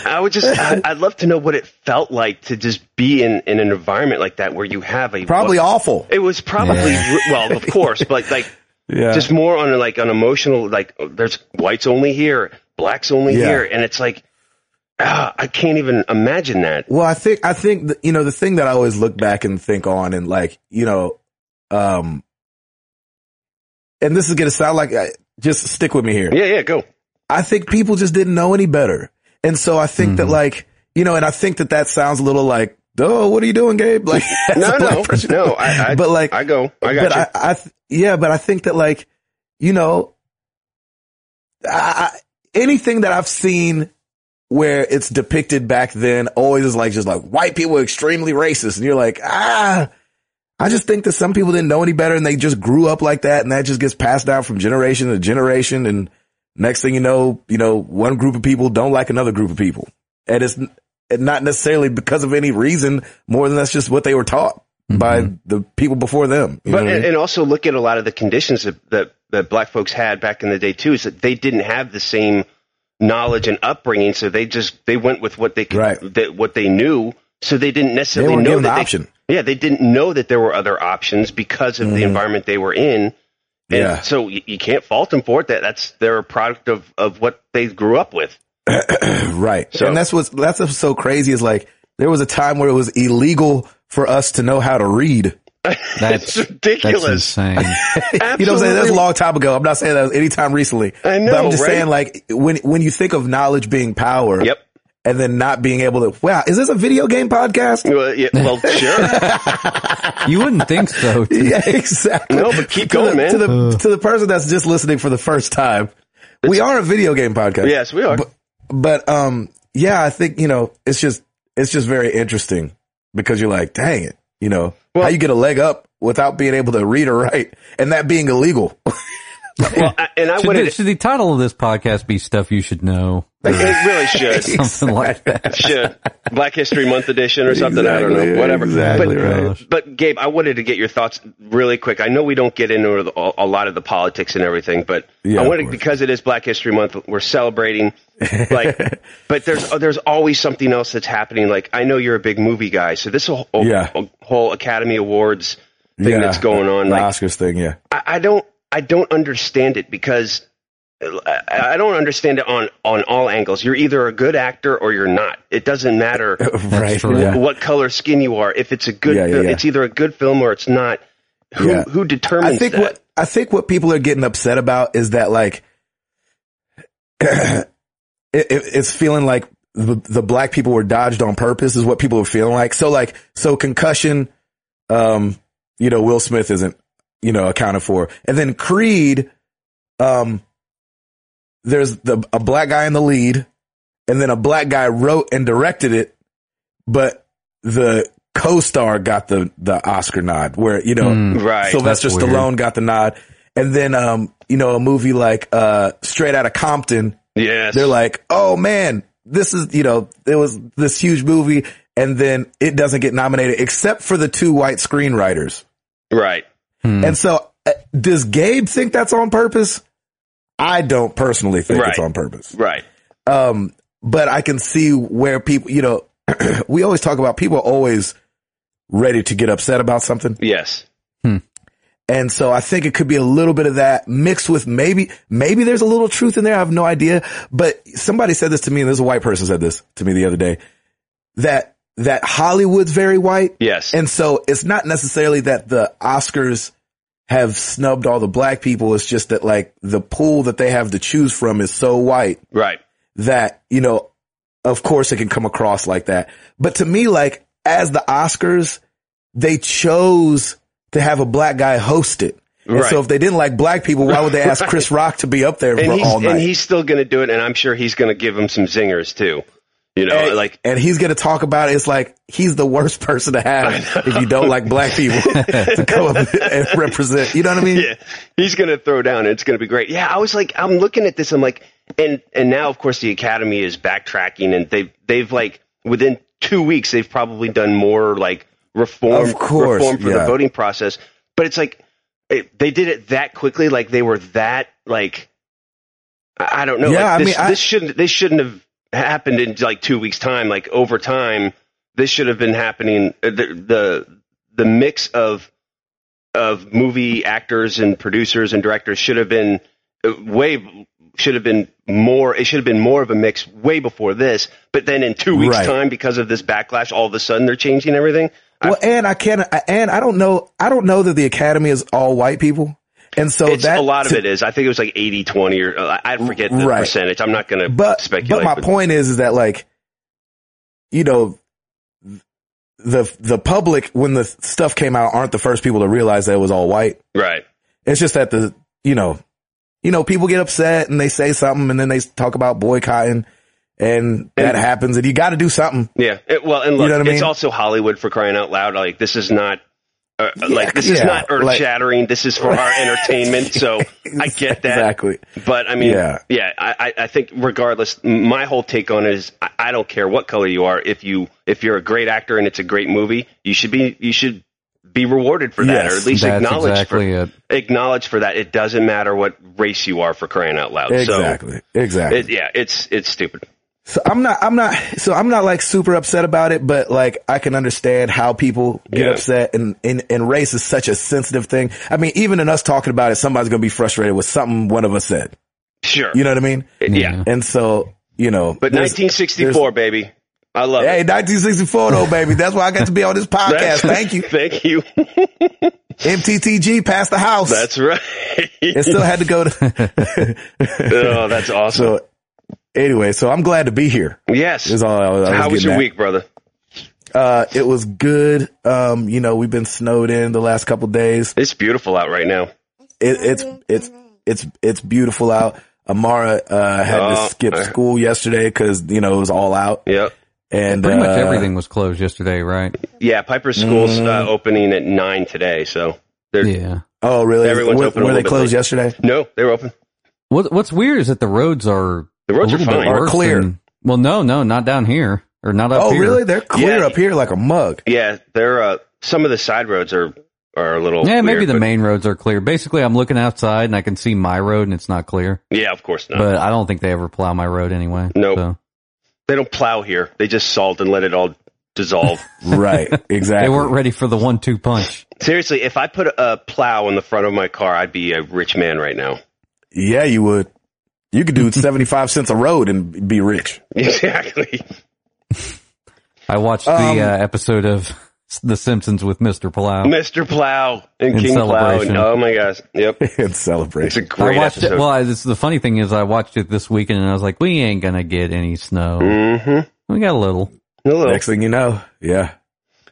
I would just. I, I'd love to know what it felt like to just be in, in an environment like that where you have a Probably awful. It was probably well, of course, but like Yeah. just more on like an emotional like there's whites only here, blacks only Yeah. here, and it's like ah, I can't even imagine that. Well, I think I think th- you know the thing that I always look back and think on, and like you know, um, and this is gonna sound like I, just stick with me here. Yeah, yeah, go. I think people just didn't know any better, and so I think Mm-hmm. that like you know, and I think that that sounds a little like, oh, what are you doing, Gabe? Like, as No, a black no, person. no. I, I, but like, I go. I got but you. I, I th- yeah, but I think that like, you know, I, I, anything that I've seen where it's depicted back then always is like, just like white people are extremely racist. And you're like, ah, I just think that some people didn't know any better and they just grew up like that. And that just gets passed down from generation to generation. And next thing you know, you know, one group of people don't like another group of people. And it's n- and not necessarily because of any reason more than that's just what they were taught by the people before them. You know Mm-hmm. But what I and, mean? and also look at a lot of the conditions that, that that black folks had back in the day too. Is that they didn't have the same knowledge and upbringing, so they just they went with what they could, Right. that, what they knew. So they didn't they necessarily weren't know given the that. option. Mm-hmm. They, yeah, they didn't know that there were other options because of the environment they were in. And Yeah. so you, you can't fault them for it. That that's they're a product of of what they grew up with. Right. So- and that's what's, that's what's so crazy is like, there was a time where it was illegal for us to know how to read. That's It's That's ridiculous. insane. You know what I'm saying? That's a Absolutely. long time ago. I'm not saying that was anytime recently. I know, But I'm just right? saying like, when, when you think of knowledge being power Yep. and then not being able to, wow, is this a video game podcast? Well, yeah, well, sure. you wouldn't think so. Yeah, exactly. No, but keep To going, the- man. To the, to the person that's just listening for the first time, we are a video game podcast. yes, we are. but um yeah i think you know it's just it's just very interesting because you're like dang it you know Well- how you get a leg up without being able to read or write and that being illegal well, I, and I Should, wouldn't. the- should the title of this podcast be "Stuff You Should Know"? It really should. Something like that. Shit. Black History Month edition or something. I don't Exactly, know. Whatever. exactly but, right. but Gabe, I wanted to get your thoughts really quick. I know we don't get into the, a lot of the politics and everything, but Yeah, I of wanted course. because it is Black History Month, we're celebrating. Like, but there's uh, there's always something else that's happening. Like I know you're a big movie guy, so this whole Yeah. whole Academy Awards thing Yeah, that's going on, the like oscars thing yeah I, I don't I don't understand it because I, I don't understand it on on all angles. You're either a good actor or you're not. It doesn't matter right true. yeah. what color skin you are. If it's a good, Yeah, yeah, film, yeah. it's either a good film or it's not. Who Yeah. who determines i think that? what i think what people are getting upset about is that like it, it, it's feeling like the, the black people were dodged on purpose is what people are feeling like so like so concussion um, you know, Will Smith isn't, you know, accounted for. And then Creed, um, there's the, a black guy in the lead and then a black guy wrote and directed it, but the co-star got the, the Oscar nod where, you know, Hmm. Right. Sylvester That's weird. Stallone got the nod. And then, um, you know, a movie like, uh, straight out of Compton, yes, they're like, oh man, this is, you know, it was this huge movie and then it doesn't get nominated except for the two white screenwriters. right. Hmm. And so uh, does Gabe think that's on purpose? I don't personally think it's Right. on purpose. Right. Um, but I can see where people, you know, we always talk about people are always ready to get upset about something. Yes. And so I think it could be a little bit of that mixed with maybe, maybe there's a little truth in there. I have no idea, but somebody said this to me and this is a white person said this to me the other day that, that Hollywood's very white. Yes. And so it's not necessarily that the Oscars have snubbed all the black people. It's just that like the pool that they have to choose from is so white right. that, you know, of course it can come across like that. But to me, like as the Oscars, they chose to have a black guy host it. And Right. so if they didn't like black people, why would they ask Chris Rock to be up there And for all he's, night? and he's still going to do it, and I'm sure he's going to give him some zingers too. You know, and, like and he's gonna talk about it. It's like he's the worst person to have if you don't like black people to come up and represent. You know what I mean? yeah, he's going to throw down. It's going to be great. Yeah, I was like, I'm looking at this. I'm like, and and now of course the academy is backtracking, and they've they've like within two weeks they've probably done more like reform Of course, reform for the yeah. voting process. But it's like it, they did it that quickly. Like they were that like I I don't know. Yeah, like, I this, mean, I- this shouldn't this shouldn't have happened in like two weeks time. Like over time, this should have been happening. uh, The the, the mix of of movie actors and producers and directors should have been uh, way should have been more it should have been more of a mix way before this but then in two weeks Right. time because of this backlash all of a sudden they're changing everything I- Well, and I can't, I- and I don't know, I don't know that the Academy is all white people, and so it's, that a lot of it is i think it was like 80 20 or uh, i forget the Right. percentage i'm not going to but speculate but my point is is that like you know the the public when the stuff came out aren't the first people to realize that it was all white right it's just that the you know you know people get upset and they say something and then they talk about boycotting and that And- happens and you got to do something yeah It- well and look know what I it's mean? also hollywood for crying out loud like this is not uh, like this is yeah, not earth like- shattering this is for our entertainment so i get that exactly But I mean, Yeah. yeah, I, I I think regardless, m- my whole take on it is I, I don't care what color you are. If you if you're a great actor and it's a great movie, you should be you should be rewarded for that, Yes, or at least That's acknowledged exactly it. for acknowledged for that. It doesn't matter what race you are for crying out loud. exactly So exactly it, yeah, it's it's stupid. So I'm not, I'm not, so I'm not like super upset about it, but like I can understand how people get Yeah. upset and, and, and race is such a sensitive thing. I mean, even in us talking about it, somebody's going to be frustrated with something one of us said. Sure, You know what I mean? yeah. And so, you know, But there's- 1964, baby, I love Hey, it. 1964 though, baby. That's why I got to be on this podcast. That's- Thank you. thank you. MTTG passed the house. That's right. it still had to go to, oh, that's awesome. so anyway, so I'm glad to be here yes. is all I, I was How was getting your at. week, brother? Uh, it was good. Um, you know, we've been snowed in the last couple days. It's beautiful out right now. It, it's, it's, it's, it's beautiful out. Amara, uh, had Oh, to skip uh. school yesterday cause, you know, it was all out Yep. and Pretty much uh, everything was closed yesterday, right? Yeah, Piper School's Mm. uh, opening at nine today. So they're Yeah. Oh, really? Everyone's were, open a were they little bit closed late. yesterday? no, they're open. What What's weird is that the roads are The roads a little are bit fine. Or worse clear. than- well, no, no, not down here or not up Oh, here. really? They're clear Yeah. up here like a mug. Yeah, they're uh, some of the side roads are are a little. Yeah, maybe weird, the but- main roads are clear. Basically, I'm looking outside and I can see my road and it's not clear. Yeah, of course not. But I don't think they ever plow my road anyway. Nope. So. they don't plow here. They just salt and let it all dissolve. right. Exactly. They weren't ready for the one-two punch. Seriously, if I put a plow in the front of my car, I'd be a rich man right now. yeah, you would. You could do 75 cents a road and be rich. Exactly. I watched the Um, uh, episode of The Simpsons with Mr. Plow. Mr. Plow and In King Plow. celebration. And, oh my gosh. Yep. in It's a celebration. great I watched episode. it. Well, I, it's, the funny thing is, I watched it this weekend, and I was like, "We ain't gonna get any snow. mm-hmm. We got a little." A little. Next thing you know, yeah.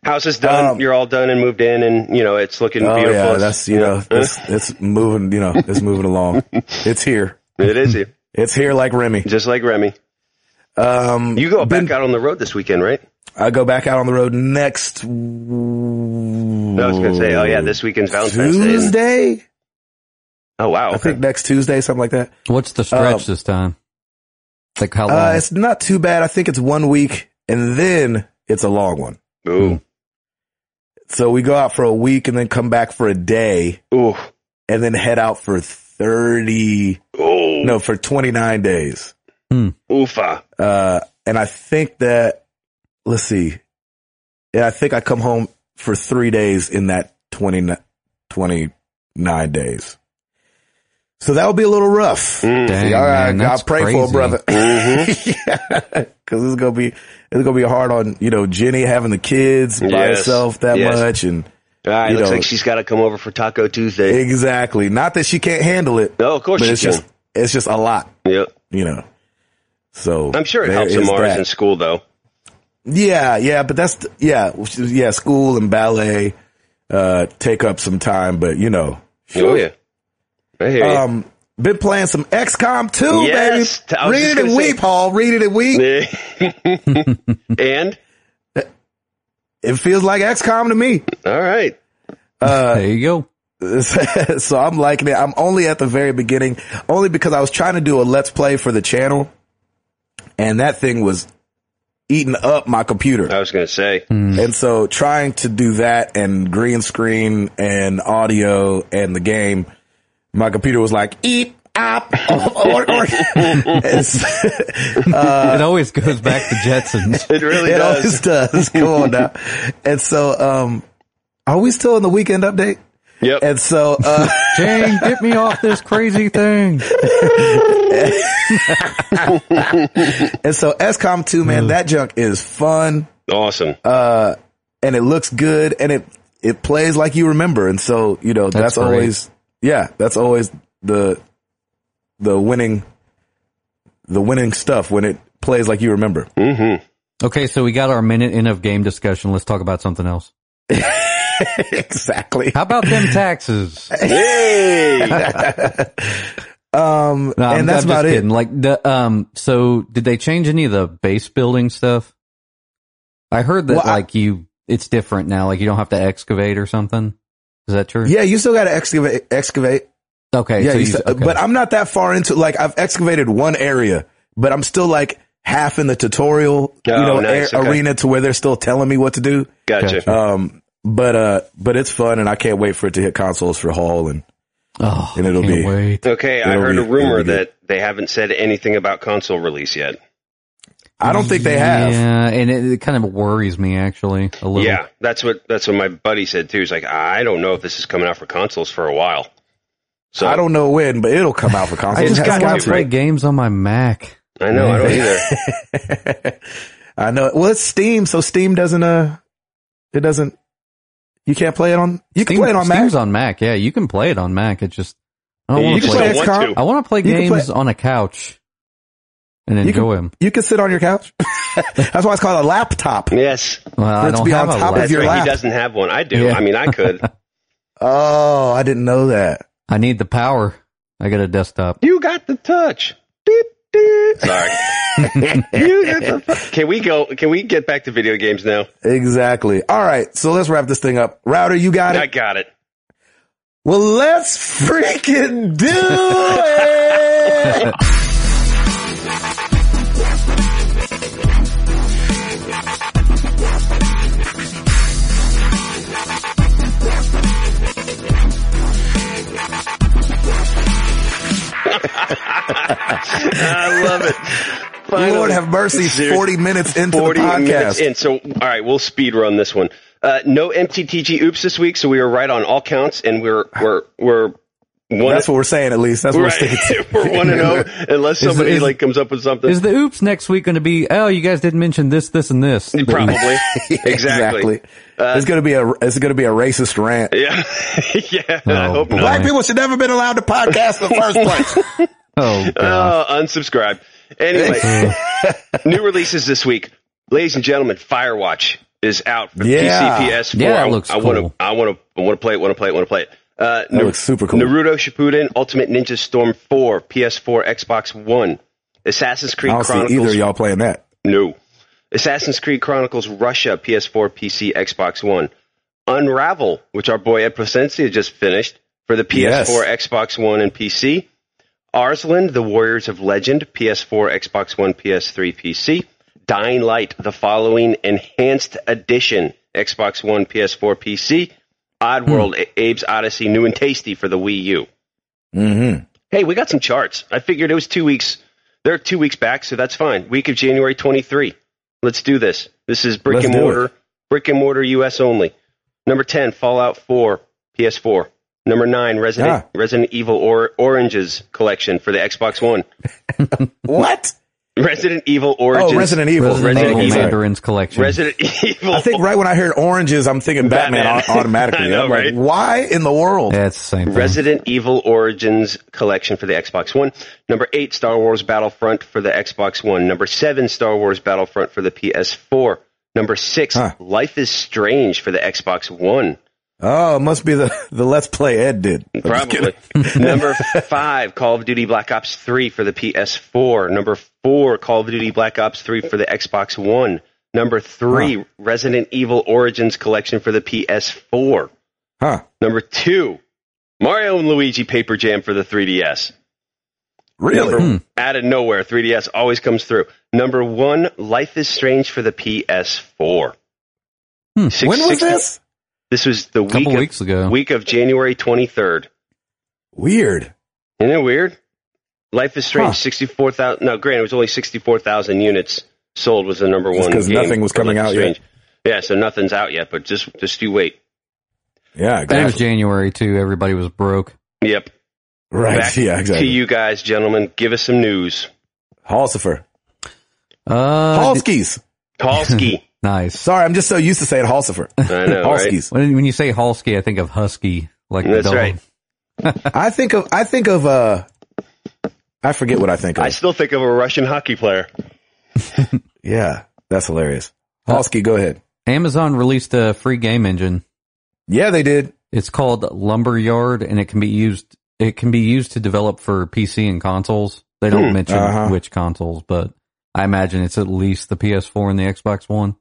House is done. Um, You're all done and moved in, and you know it's looking Oh beautiful. yeah, It's- that's you know, it's, it's moving. You know, it's moving along. It's here. it is you, It's here like Remy. just like Remy. Um, You go been- back out on the road this weekend, right? I go back out on the road next. I was I was going to say, oh yeah, this weekend's Valentine's Day. and- Tuesday. Oh wow, I think next Tuesday, something like that. What's the stretch Um, this time? Like how long? Uh, it's not too bad. I think it's one week, and then it's a long one. ooh, So we go out for a week, and then come back for a day, ooh, and then head out for thirty. ooh, No, for twenty nine days. oofa. Uh, and I think that, let's see. Yeah, I think I come home for three days in that 20, 29 days. So that would be a little rough. Mm. Dang, All right, man, I'll that's pray for a crazy. brother. Mhm. yeah, cause it's gonna be, it's gonna be hard on, you know, Jenny having the kids by Yes, herself that yes. much and All right, You looks know- like she's got to come over for Taco Tuesday. exactly. Not that she can't handle it, no, of course but she it's can. just, it's just a lot, Yep. you know. So I'm sure it there helps is Amara's that. in school though. Yeah, yeah, but that's yeah, which is- yeah. School and ballet uh, take up some time, but you know, Oh yeah, I hear you. um, been playing some XCOM too, Yes, baby. I was Read just it gonna and say- weep, Paul. Read it and weep. Um, and It feels like XCOM to me. all right, uh, there you go. so I'm liking it. I'm only at the very beginning, only because I was trying to do a let's play for the channel, and that thing was eating up my computer. I was going to say, And so trying to do that and green screen and audio and the game, my computer was like, eat up. or, or, And so- uh, it always goes back to Jetsons. it really it does. always does. Come on now. And so, um, are we still in the weekend update? Yep. And so, uh, Jane, get me off this crazy thing. and so SCOM 2, man, that junk is fun awesome. uh, and it looks good and it, it plays like you remember. And so, you know, that's, That's great. always, yeah, that's always the, the winning, the winning stuff when it plays like you remember. Mm-hmm. Okay, so we got our minute in of game discussion. Let's talk about something else. exactly. How about them taxes? hey. Um, No, I'm- and that's I'm just about it. kidding. Like the um, so did they change any of the base building stuff? I heard that Well, I- like you, it's different now. Like you don't have to excavate or something. Is that true? Yeah. You still got to excavate, excavate. Okay. Yeah, so you you, said- okay. but I'm not that far into like I've excavated one area, but I'm still like half in the tutorial, you Oh, know, nice, a- okay. arena to where they're still telling me what to do. Gotcha. Gotcha. Um, but uh, but it's fun, and I can't wait for it to hit consoles for Hall. And oh, and it'll can't be- wait. Okay, I It'll heard be- a rumor it'll be that they haven't said anything about console release yet. I don't think they have. Yeah, and it, it kind of worries me actually a little. Yeah, that's what that's what my buddy said too. He's like, I don't know if this is coming out for consoles for a while. So I don't know when, but it'll come out for I consoles. just It's got got to play games on my Mac. I know. I don't either. to. I know. Well, it's Steam, so Steam doesn't. Uh, it doesn't. You can't play it on. You can Steam- play it on Mac. Steam's on Mac. Yeah, you can play it on Mac. It just I don't You want to just play. play don't want XCOM. to. I want to play You can games on a couch and You can- enjoy them. You can sit on your couch. That's why it's called a laptop. Yes, Well, I Let's don't be have on a top of lap- that's your right. lap. He doesn't have one. I do. Yeah. I mean, I could. Oh, I didn't know that. I need the power. I got a desktop. you got the touch. Doop, doop. Sorry. you got the. fu- Can we go? Can we get back to video games now? Exactly. All right, so let's wrap this thing up. Router, you got I it. got it. Well, let's freaking do it. I love it. Finally. Lord have mercy. Seriously. Forty minutes into Forty the podcast. minutes in. So, all right, we'll speed run this one. Uh, no MTTG oops this week, so we are right on all counts, and we're we're we're one. That's what we're saying, at least. That's what we're sticking to. right. we're one and zero, unless Is- somebody is- like comes up with something. Is the oops next week going to be? Oh, you guys didn't mention this, this, and this. that we- Probably. exactly. Uh, it's gonna be a it's gonna be a racist rant. Yeah. yeah. I Oh, hope boy. not. Black people should never been allowed to podcast in the first place. Oh, God. Oh, unsubscribe. Anyway, new releases this week, ladies and gentlemen. Firewatch is out for Yeah. PC, PS4. Yeah, it I- looks I want to. cool. I want to. I want to play it. Want to play it. Want to play it. Uh, that looks super cool. Naruto Shippuden Ultimate Ninja Storm 4, PS4, Xbox One, Assassin's Creed I don't see either Chronicles of y'all playing that. No. Assassin's Creed Chronicles Russia, PS4, PC, Xbox One. Unravel, which our boy Ed Placencia just finished for the PS4, Xbox One, and PC. Arslan, The Warriors of Legend, PS4, Xbox One, PS3, PC. Dying Light, The Following Enhanced Edition, Xbox One, PS4, PC. Oddworld, Hmm. A- Abe's Odyssey, New and Tasty for the Wii U. Mm-hmm. Hey, we got some charts. I figured it was two weeks. They're two weeks back, so that's fine. Week of January 23. Let's do this. This is brick Let's and do mortar, brick and mortar U.S. only. Number 10, Fallout 4, PS4. Number 9, Resident, Resident Evil or- Oranges Collection for the Xbox One. What? Resident Evil Oranges. Oh, Resident Evil. Resident, Resident Evil I'm Evil. sorry. Mandarin's collection. Resident Evil. I think right when I heard oranges, I'm thinking Batman, Batman. au- automatically. I know, I'm like, right? why in the world? yeah, it's the same thing. Resident Evil Origins collection for the Xbox One. Number eight, Star Wars Battlefront for the Xbox One. Number seven, Star Wars Battlefront for the PS4. Number six, Huh. Life is Strange for the Xbox One. Oh, it must be the, the Let's Play Ed did. I'm just Probably. kidding. Number five, Call of Duty Black Ops 3 for the PS4. Number four, Call of Duty Black Ops 3 for the Xbox One. Number three, Resident Evil Origins collection for the PS4. Huh. Number two, Mario and Luigi Paper Jam for the 3DS. Really? Hmm. Number, Out of nowhere, 3DS always comes through. Number one, Life is Strange for the PS4. Hmm. Six- when was six- this? This was the a couple week of, weeks ago. week of January 23rd. Weird. Isn't it weird? Life is Strange, Huh. 64,000. No, granted, it was only 64,000 units sold was the number Just one. 'cause game nothing was for coming Life out is yet. Strange. Yeah, so nothing's out yet, but just just you wait. Yeah, that was exactly. January too. Everybody was broke. Yep. Right. Back yeah, To exactly. you guys, gentlemen, give us some news. Halsifer. Uh, d- Halskies. Kalski. nice. Sorry, I'm just so used to saying Halsifer. I know, right? Halskies. When, when you say Halsky, I think of husky, like the That's dog. right. I think of I think of uh I forget what I think of. I still think of a Russian hockey player. yeah, that's hilarious. Halsky, go ahead. Amazon released a free game engine. Yeah, they did. It's called Lumberyard, and it can be used. It can be used to develop for PC and consoles. They don't Hmm. mention Uh-huh. which consoles, but I imagine it's at least the PS4 and the Xbox One.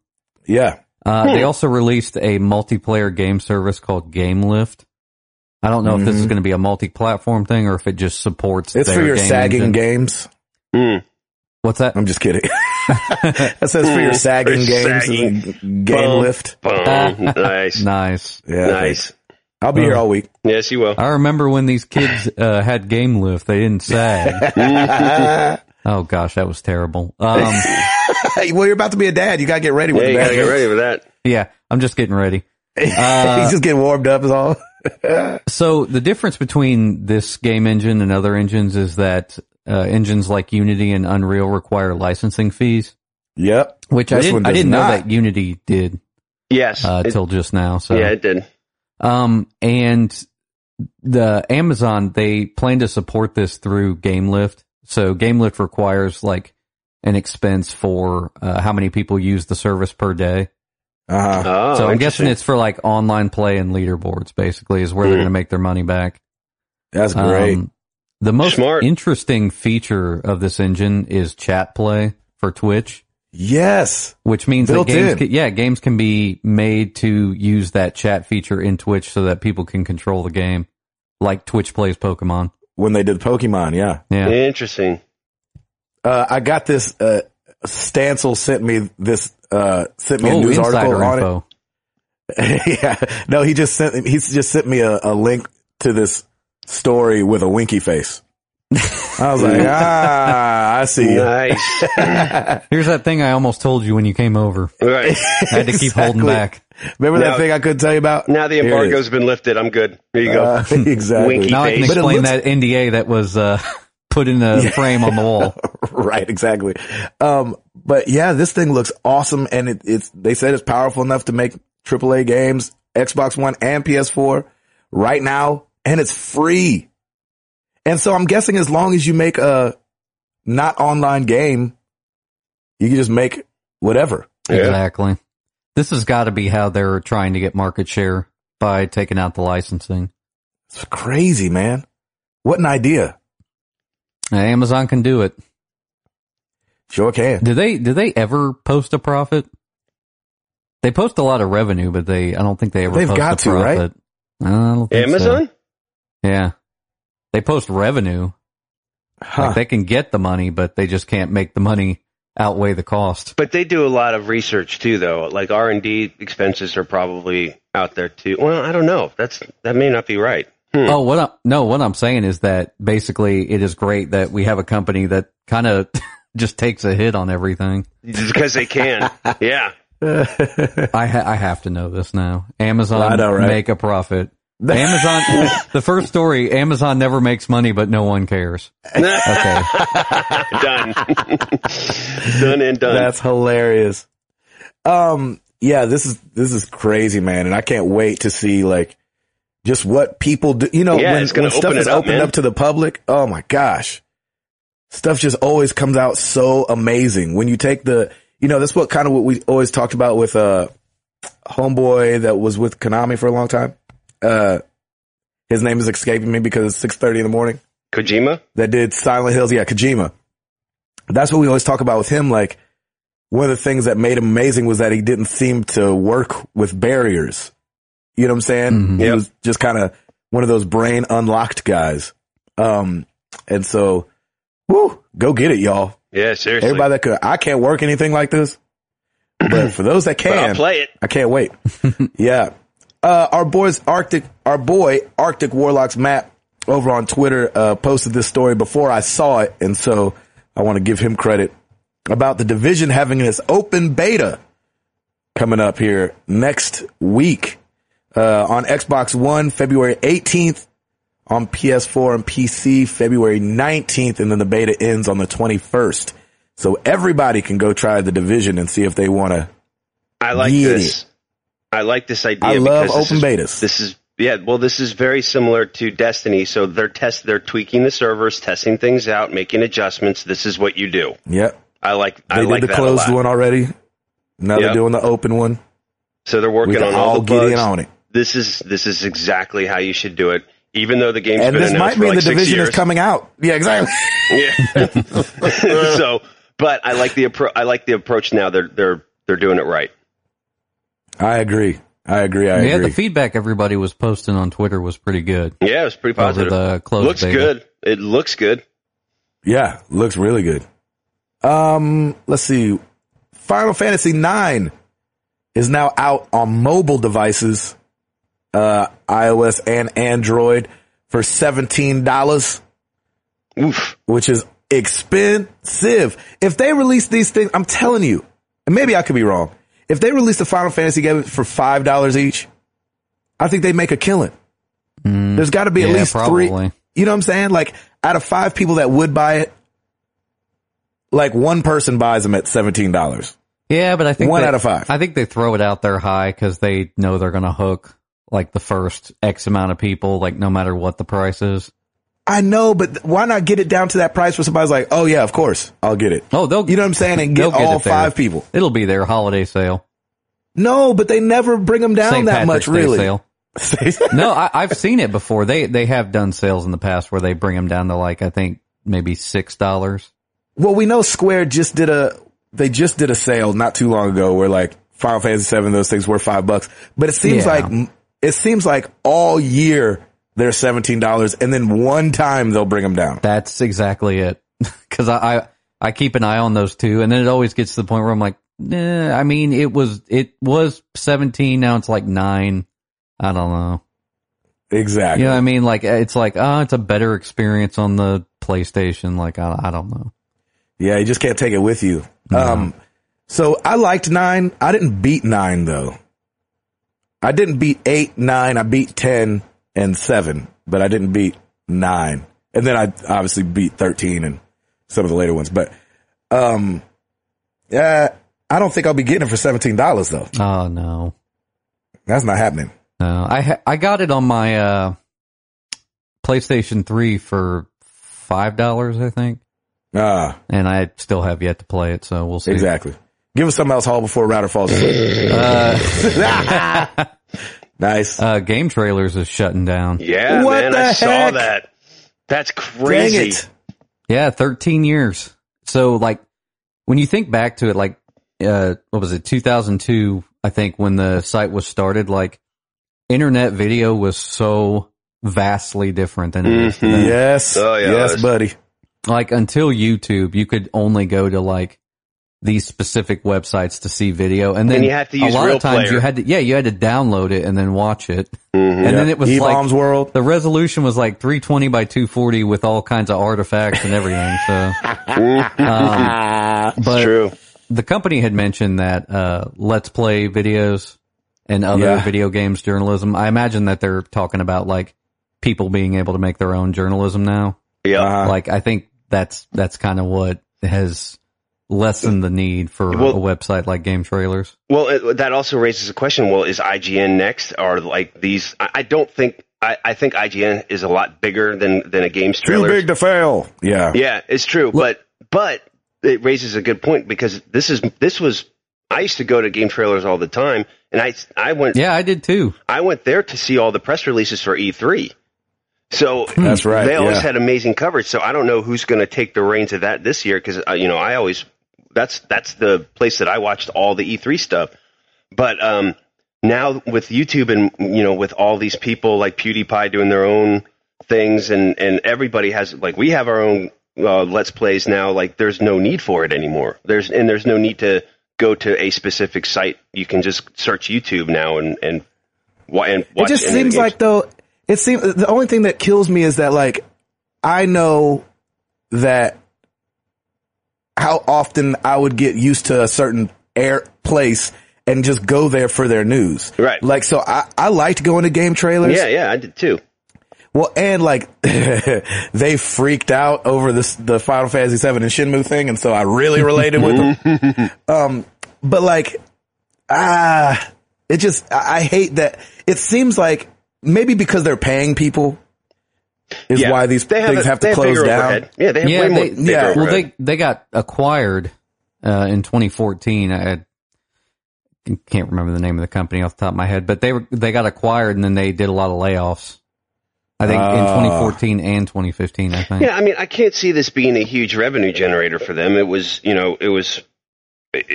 Yeah. Uh, Hmm. They also released a multiplayer game service called Game Lift. I don't know if this is Mhm. going to be a multi-platform thing or if it just supports. It's for their your Um, game sagging engine. games. Hmm. What's that? I'm just kidding. that says for your Mm, sagging for games. sagging. it's a Game Bum. lift. Boom. nice. Nice. Yeah. Nice. I'll be here all week. Yes, you will. I remember when these kids uh, had Game Lift. They didn't sag. well, oh gosh, that was terrible. Um, you're about to be a dad. You gotta get ready with Yeah, you the gotta bad get news. ready for that. yeah, I'm just getting ready. Uh, He's just getting warmed up is all. So the difference between this game engine and other engines is that uh, engines like Unity and Unreal require licensing fees, Yep. which I This didn't. one I does didn't know not. that Unity did Yes. uh, It- till just now. So yeah, it did. Um, and the Amazon, they plan to support this through GameLift. So GameLift requires like an expense for uh, how many people use the service per day. Uh-huh. Oh, so I'm interesting. guessing it's for like online play and leaderboards basically is where they're Hmm. going to make their money back. That's great. Um, the most Smart. interesting feature of this engine is chat play for Twitch, yes. which means Built that games in. can, yeah, games can be made to use that chat feature in Twitch so that people can control the game like Twitch plays Pokemon. When they did Pokemon, yeah. Yeah. Interesting. Uh, I got this, uh, Stancil sent me this, uh, sent me a Oh, news article insider on it. info. yeah. No, he just sent he just sent me a, a link to this story with a winky face. I was like, ah, I see. ya. Nice. Here's that thing I almost told you when you came over. right. I had to keep holding Exactly. back. Remember that Now- thing I couldn't tell you about? Now the Here it embargo's is. been lifted. I'm good. There you go. Uh, exactly. Winky Now I can face. But it explain looks- that NDA that was uh, put in a frame on the wall. right, exactly. Um, but yeah, this thing looks awesome, and it, it's they said it's powerful enough to make AAA games, Xbox One and PS4, right now, and it's free. And so I'm guessing as long as you make a not online game, you can just make whatever. Yeah. Exactly. This has got to be how they're trying to get market share by taking out the licensing. It's crazy, man. What an idea! Now, Amazon can do it. Sure can. Do they? Do they ever post a profit? They post a lot of revenue, but they I don't think they ever. They've post got a to, right? profit. I don't think so. Amazon? Yeah, they post revenue. Huh. Like they can get the money, but they just can't make the money outweigh the cost. But they do a lot of research too, though. Like R and D expenses are probably out there too. Well, I don't know. That's that may not be right. Hmm. Oh, what? I'm, no, what I'm saying is that basically it is great that we have a company that kind of just takes a hit on everything. because they can. Yeah. I ha- I have to know this now. Amazon I know, right? make a profit. Amazon. the first story: Amazon never makes money, but no one cares. Okay, done. done and done. That's hilarious. Um, yeah, this is this is crazy, man, and I can't wait to see like just what people do. You know, Yeah, when, it's gonna when stuff open is it up, opened man. up to the public, oh my gosh, stuff just always comes out so amazing. When you take the, you know, that's what kind of what we always talked about with uh, homeboy that was with Konami for a long time. Uh, his name is escaping me because it's six thirty in the morning Kojima? that did Silent Hills. Yeah, Kojima. That's what we always talk about with him. Like one of the things that made him amazing was that he didn't seem to work with barriers. You know what I'm saying? Mhm. He Yep. was just kind of one of those brain unlocked guys. Um, and so Woo! Go get it, y'all. Yeah, seriously. Everybody that could. I can't work anything like this, but for those that but I'll can, play it. I can't wait. yeah. Uh, our boys Arctic, our boy Arctic Warlocks Matt over on Twitter, uh, posted this story before I saw it. And so I want to give him credit about the division having its open beta coming up here next week, uh, on Xbox One, February 18th on PS4 and PC, February 19th. And then the beta ends on the 21st. So everybody can go try the division and see if they want to I like Get this. I like this idea. I love because this open is- betas. This is yeah. Well, this is very similar to Destiny. So they're test. They're tweaking the servers, testing things out, making adjustments. This is what you do. Yep. I like. They I like did the that a closed lot. one already. Now they're Yep. doing the open one. So they're We working can on all all the get bugs. in on it. This is this is exactly how you should do it. Even though the game's And been this announced might for mean like the six division years. is coming out. Yeah, exactly. Yeah. so, but I like the appro- I like the approach now. They're they're they're doing it right. I agree. I agree. I yeah, agree. the feedback everybody was posting on Twitter was pretty good. Yeah, it's pretty positive. Over the closed Looks beta. good. It looks good. yeah, looks really good. Um, let's see. Final Fantasy IX is now out on mobile devices, uh, iOS and Android for seventeen dollars. Oof. which is expensive. If they release these things, I'm telling you, and maybe I could be wrong. If they release the Final Fantasy game for five dollars each, I think they make a killing. There's got to be at yeah, least three. probably. You know what I'm saying? Like out of five people that would buy it, like one person buys them at seventeen dollars. Yeah, but I think One they- out of five. I think they throw it out there high because they know they're going to hook like the first X amount of people, like no matter what the price is. I know, but th- why not get it down to that price where somebody's like, "Oh yeah, of course, I'll get it." Oh, they'll You know what I'm saying? And get They'll get all it there. five people. it'll be their holiday sale, No, but they never bring them down St. that Patrick's much, Day really. sale. No, I, I've seen it before. They they have done sales in the past where they bring them down to like I think maybe six dollars. Well, we know Square just did a they just did a sale not too long ago where like Final Fantasy Seven those things were five bucks, but it seems Yeah. like it seems like all year they're seventeen dollars, and then one time they'll bring them down. That's exactly it. Because I, I I keep an eye on those two, and then it always gets to the point where I'm like, nah, I mean, it was it was seventeen, now it's like nine. I don't know. Exactly. You know what I mean? Like it's like, oh, it's a better experience on the PlayStation. Like I, I don't know. Yeah, you just can't take it with you. Um, so I liked nine. I didn't beat nine though. I didn't beat eight, nine. I beat ten and seven, but I didn't beat nine. And then I obviously beat thirteen and some of the later ones. But um, yeah, I don't think I'll be getting it for seventeen dollars though. Oh no, That's not happening. no. I ha- I got it on my uh, PlayStation Three for five dollars, I think, Ah, and I still have yet to play it. So we'll see. exactly. Give us something else, Hall, before Router falls. asleep. nice. Uh, game trailers is shutting down. Yeah, What man, the I saw heck? that. That's Dang crazy. it. Yeah, 13 years. So like when you think back to it, like, uh, what was it? 2002, I think when the site was started, like internet video was so vastly different than it is today. Yes. Oh, yeah, yes, that's- buddy. Like until YouTube, you could only go to like these specific websites to see video. And then you have to use a lot Real of times Player. you had to, yeah, you had to download it and then watch it. And Yeah. then it was like, E-Bombs World. the resolution was like 320 by 240 with all kinds of artifacts and everything. So, um, It's but true. the company had mentioned that uh, let's play videos and other Yeah. video games journalism. I imagine that they're talking about like people being able to make their own journalism now. Yeah. Uh-huh. like I think that's that's kind of what has lessened the need for Well- a website like Game Trailers. Well, it, that also raises a question. Well, is IGN next? Are like these? I, I don't think. I, I think IGN is a lot bigger than than a game's Too trailer. big to fail. Yeah. Yeah, it's true. But but it raises a good point because this is this was. I used to go to game trailers all the time, and I I went Yeah, I did too. I went there to see all the press releases for E3. So That's right, Hmm. They always yeah. had amazing coverage. So I don't know who's going to take the reins of that this year because uh, you know I always that's that's the place that I watched all the E3 stuff. But um, now with YouTube and you know with all these people like PewDiePie doing their own things and and everybody has like we have our own uh, let's plays now, like there's no need for it anymore. There's and there's no need to go to a specific site. You can just search YouTube now and and, wa- and It watch. just any of the seems games. like though it seems the only thing that kills me is that like I know that how often I would get used to a certain air place and just go there for their news. Right. Like so I, I liked going to game trailers. yeah, yeah, I did too. Well, and like they freaked out over this the Final Fantasy VII and Shinmu thing, and so I really related with them. Um, but like, ah, it just I, I hate that. It seems like maybe because they're paying people is Yeah. why these They have things a- have to they close bigger down. overhead. Yeah, they have yeah, way more. they, bigger yeah. well, overhead. they they got acquired uh, in 2014. I I can't remember the name of the company off the top of my head, but they were they got acquired and then they did a lot of layoffs. I think in Ah. 2014 and 2015. I think. Yeah, I mean, I can't see this being a huge revenue generator for them. It was, you know, it was, it,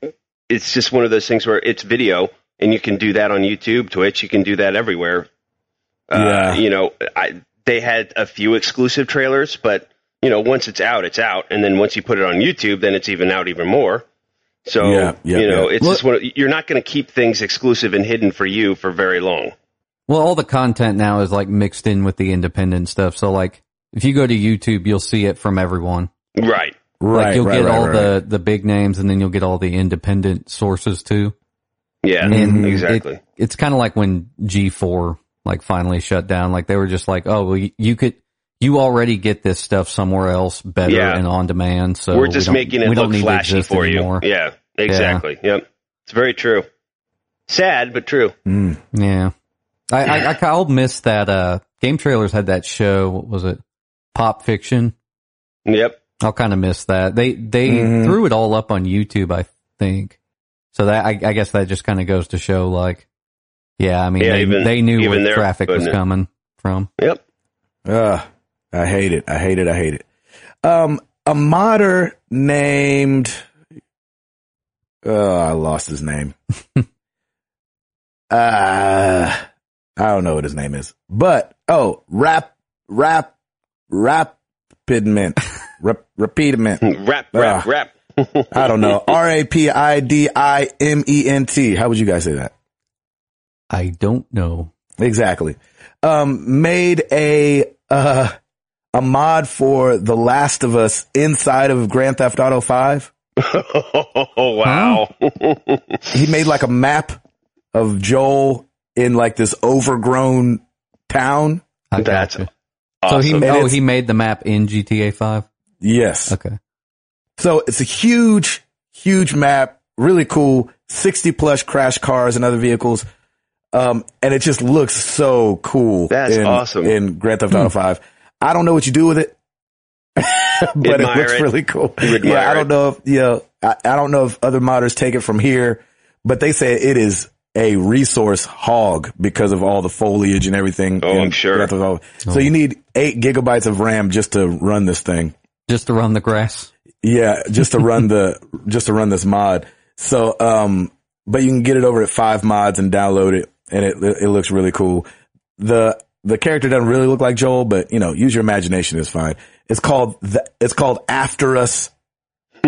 it- it's just one of those things where it's video, and you can do that on YouTube, Twitch, you can do that everywhere. Yeah. Uh, you know, I they had a few exclusive trailers, but you know, once it's out, it's out, and then once you put it on YouTube, then it's even out even more. So Yeah, yeah, you know, yeah. it's just one. of- You're not going to keep things exclusive and hidden for you for very long. Well, all the content now is like mixed in with the independent stuff. So like, if you go to YouTube, you'll see it from everyone. Right. Right, like you'll right, get right, all right. the the big names, and then you'll get all the independent sources too. Yeah. And it- exactly. it's kind of like when G4 like finally shut down. Like they were just like, oh, well, you, you could, you already get this stuff somewhere else better Yeah. and on demand. So we're we just don't- making it we don't look need to flashy exist for anymore. you. Yeah, exactly. Yep, it's very true. Sad but true. Mm. Yeah. I, I, I I'll miss that. Uh, game trailers had that show. What was it? Pop fiction. Yep. I'll kind of miss that. They, they Mm-hmm. Mhm. threw it all up on YouTube, I think. So that, I, I guess that just kind of goes to show like, yeah, I mean, Yeah, they, even- they knew even where the they're traffic was putting it- coming from. Yep. Ugh, I hate it. I hate it. I hate it. Um, a modder named. Oh, I lost his name. uh, I don't know what his name is, but oh, rap, rap, rapidment, rap, rapidment. Rap, Ah. rap, rap. I don't know. R a p i d i m e n t. How would you guys say that? I don't know. Exactly. Um, made a, uh, a mod for The Last of Us inside of Grand Theft Auto 5. oh wow. He made like a map of Joel in like this overgrown town. I That's gotcha. awesome. So And he oh it's- he made the map in GTA Five. Yes. Okay, So it's a huge, huge map, really cool, 60 plus crash cars and other vehicles. Um, and it just looks so cool. That's in, awesome. In Grand Theft Auto 5. I don't know what you do with it, but it Admire looks it. really cool. You admire Yeah. I it. don't know if, you know, I, I don't know if other modders take it from here, but they say it is a resource hog because of all the foliage and everything. Oh, in I'm sure. Grand Theft Auto. Oh. So you need eight gigabytes of RAM just to run this thing. just to run the grass. Yeah, just to run the just to run this mod. So, um, but you can get it over at Five Mods and download it, and it it looks really cool. the The character doesn't really look like Joel, but you know, use your imagination is fine. It's called the, it's called After Us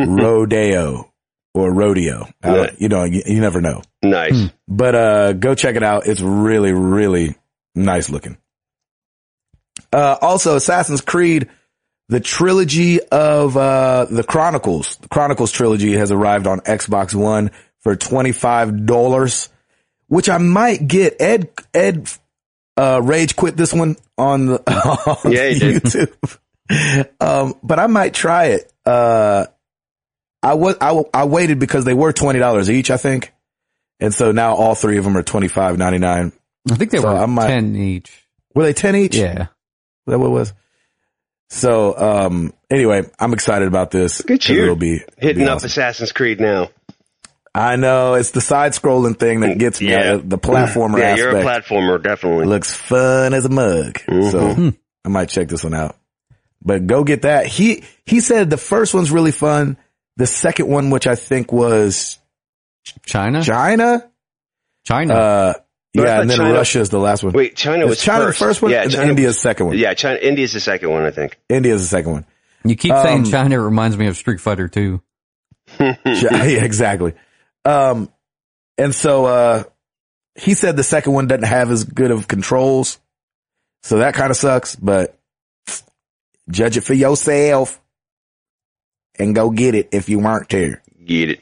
Rodeo or Rodeo. I don't- Right. you know, you, you never know. nice. Hmm. But uh, go check it out. It's really, really nice looking. Uh, also, Assassin's Creed, the trilogy of uh, the Chronicles, the Chronicles trilogy has arrived on Xbox One for twenty five dollars, which I might get. Ed Ed uh, Rage quit this one on the on Yeah, he did. YouTube, um, but I might try it. Uh, I was I, wa- I waited because they were twenty dollars each, I think, and so now all three of them are twenty five ninety nine. I think they So were I might- ten each. Were they ten each? Yeah, Is that what it was? So, um, anyway, I'm excited about this. at 'cause you. It'll be be Hitting up awesome. Assassin's Creed now. I know it's the side scrolling thing that gets me. Yeah. Uh, The platformer yeah, aspect you're a platformer, definitely. looks fun as a mug. Mhm. So I might check this one out. But go get that. He he said the first one's really fun. The second one, which I think was China, China, China. uh, No, I yeah, thought and then China- Russia is the last one. Wait, China Is was China first. the first one? Yeah, and China. India's the second one. Yeah, China. India's the second one, I think. India's the second one. You keep Um, saying China it reminds me of Street Fighter 2. yeah, yeah, exactly. Um, and so, uh, he said the second one doesn't have as good of controls. So that kind of sucks, but judge it for yourself and go get it if you weren't there. Get it.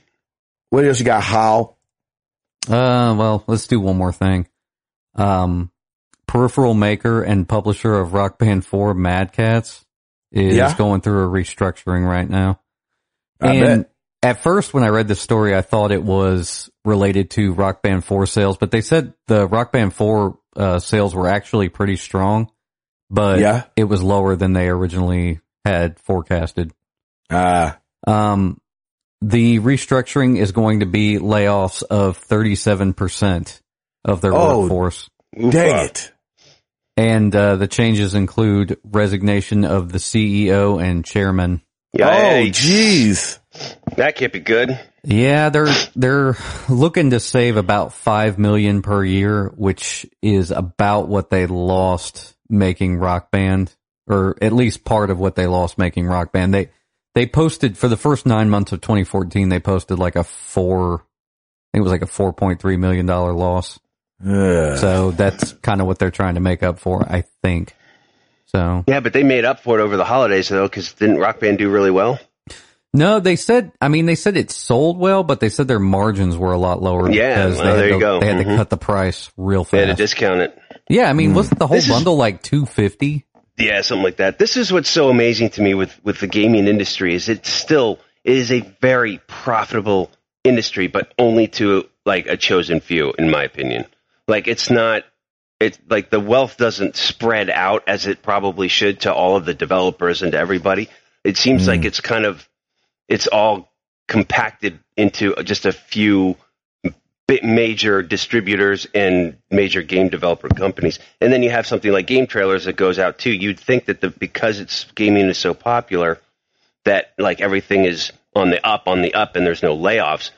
What else you got, Hal? Uh, well, let's do one more thing. Um, peripheral maker and publisher of Rock Band 4, Mad Cats, is Yeah. going through a restructuring right now. I and bet. at first, when I read this story, I thought it was related to Rock Band 4 sales, but they said the Rock Band 4 uh, sales were actually pretty strong, but Yeah. it was lower than they originally had forecasted. Uh, Um, the restructuring is going to be layoffs of 37% of their Oh. workforce. Oof, uh, dang it. And uh, the changes include resignation of the CEO and chairman. Oh, yikes. jeez. That can't be good. Yeah, they're they're looking to save about 5 million per year, which is about what they lost making Rock Band or at least part of what they lost making Rock Band. They they posted for the first 9 months of 2014, they posted like a 4 I think it was like a 4.3 million dollar loss. Ugh. So that's kind of what they're trying to make up for, I think. So Yeah, but they made up for it over the holidays though, because didn't Rock Band do really well? no, they said. I mean, they said it sold well, but they said their margins were a lot lower. Yeah, well, they had there you to, go. They had to Mhm. cut the price real They had to fast. discount it. yeah, I mean, wasn't the whole This is- bundle like two fifty? Yeah, something like that. This is what's so amazing to me with, with the gaming industry is it still it is a very profitable industry, but only to like a chosen few, in my opinion. Like it's not it's like the wealth doesn't spread out as it probably should to all of the developers and to everybody. It seems like it's kind of it's all compacted into just a few bit major distributors and major game developer companies. And then you have something like Game Trailers that goes out too. You'd think that the because it's gaming is so popular that like everything is on the up, on the up, and there's no layoffs.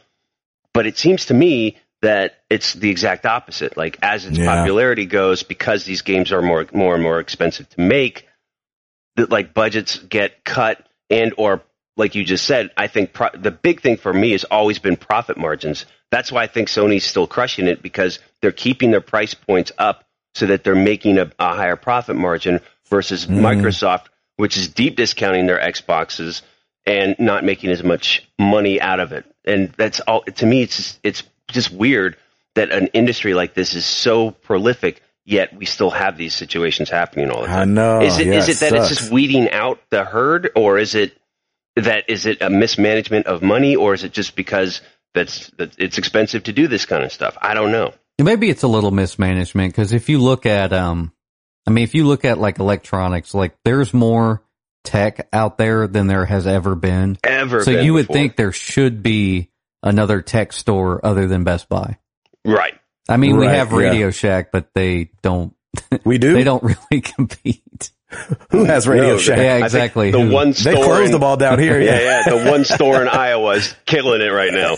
But it seems to me that it's the exact opposite. Like as its Yeah. popularity goes, because these games are more more and more expensive to make, that like budgets get cut and or like you just said, I think pro- the big thing for me has always been profit margins. That's why I think Sony's still crushing it because they're keeping their price points up so that they're making a, a higher profit margin versus Microsoft, which is deep discounting their Xboxes and not making as much money out of it. And that's all to me. It's just, it's just weird that an industry like this is so prolific, yet we still have these situations happening all the time. I know. Oh, Is it is Yeah, it that it's sucks. just weeding out the herd, or is it that is it a mismanagement of money, or is it just because that's that it's expensive to do this kind of stuff? I don't know. Maybe it's a little mismanagement because if you look at, um, I mean, if you look at like electronics, like there's more tech out there than there has ever been. Ever. so been you would before. think there should be another tech store other than Best Buy. right? I mean, we Right, have yeah. Radio Shack, but they don't we do? they don't really compete. Who has Radio No, Shack? Yeah, I think exactly. The Who- one store They closed in, the ball down here. Yeah, yeah. The one store in Iowa is killing it right now.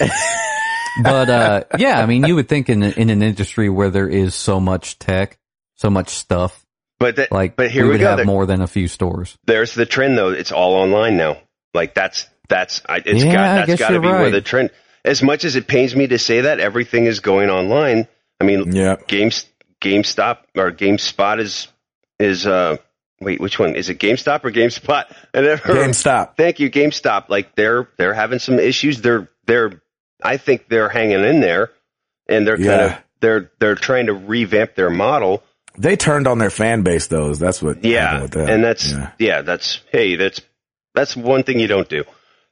But uh, yeah, I mean, you would think in in an industry where there is so much tech, so much stuff, But that, like but here we we, would go. have There- more than a few stores. there's the trend though. It's all online now. Like that's that's I, it's Yeah, I guess got that's got to you're be where right. the trend. As much as it pains me to say that, everything is going online. I mean, Yeah. Games GameStop or GameSpot is is uh wait which one is it GameStop or GameSpot? I never GameStop. thank you GameStop. Like they're they're having some issues. They're they're I think they're hanging in there, and they're kind Yeah. of they're they're trying to revamp their model. They turned on their fan base, though. is That's what. happened Yeah, with that. and that's yeah, yeah. that's hey that's that's one thing you don't do.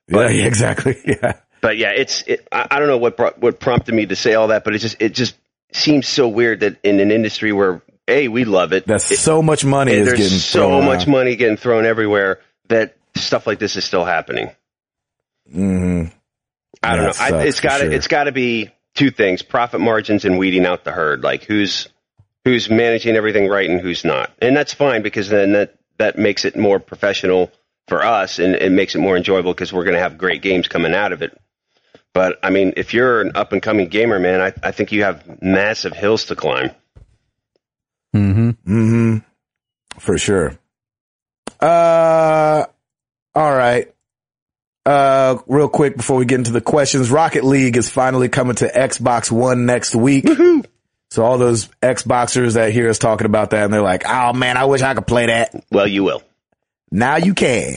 Yeah, yeah, exactly. Yeah, But yeah, it's it, I, I don't know what brought, what prompted me to say all that, but it just it just seems so weird that in an industry where a we love it that's so much money and is getting there's so thrown much money getting thrown everywhere that stuff like this is still happening. hmm I Yeah, don't know. it I, sucks it's for got to sure. it's got to be two things: profit margins and weeding out the herd. Like who's who's managing everything right and who's not, and that's fine because then that that makes it more professional for us and it makes it more enjoyable because we're going to have great games coming out of it. But I mean, if you're an up and coming gamer, man, I, I think you have massive hills to climb. Mm-hmm. hmm for sure. Uh, All right. Uh, real quick before we get into the questions, Rocket League is finally coming to Xbox One next week. So all those Xboxers that hear us talking about that and they're like, oh man, I wish I could play that. Well, you will. Now you can.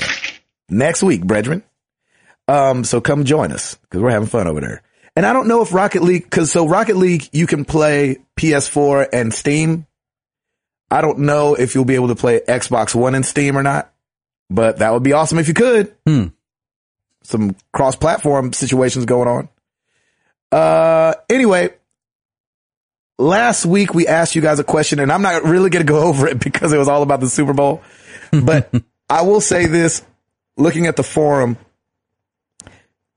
Next week, brethren. Um, so come join us because we're having fun over there. And I don't know if Rocket League, cause so Rocket League, you can play PS4 and Steam. I don't know if you'll be able to play Xbox One and Steam or not, but that would be awesome if you could. Hmm. Some cross platform situations going on. Uh, anyway, last week we asked you guys a question and I'm not really going to go over it because it was all about the Super Bowl, but I will say this looking at the forum,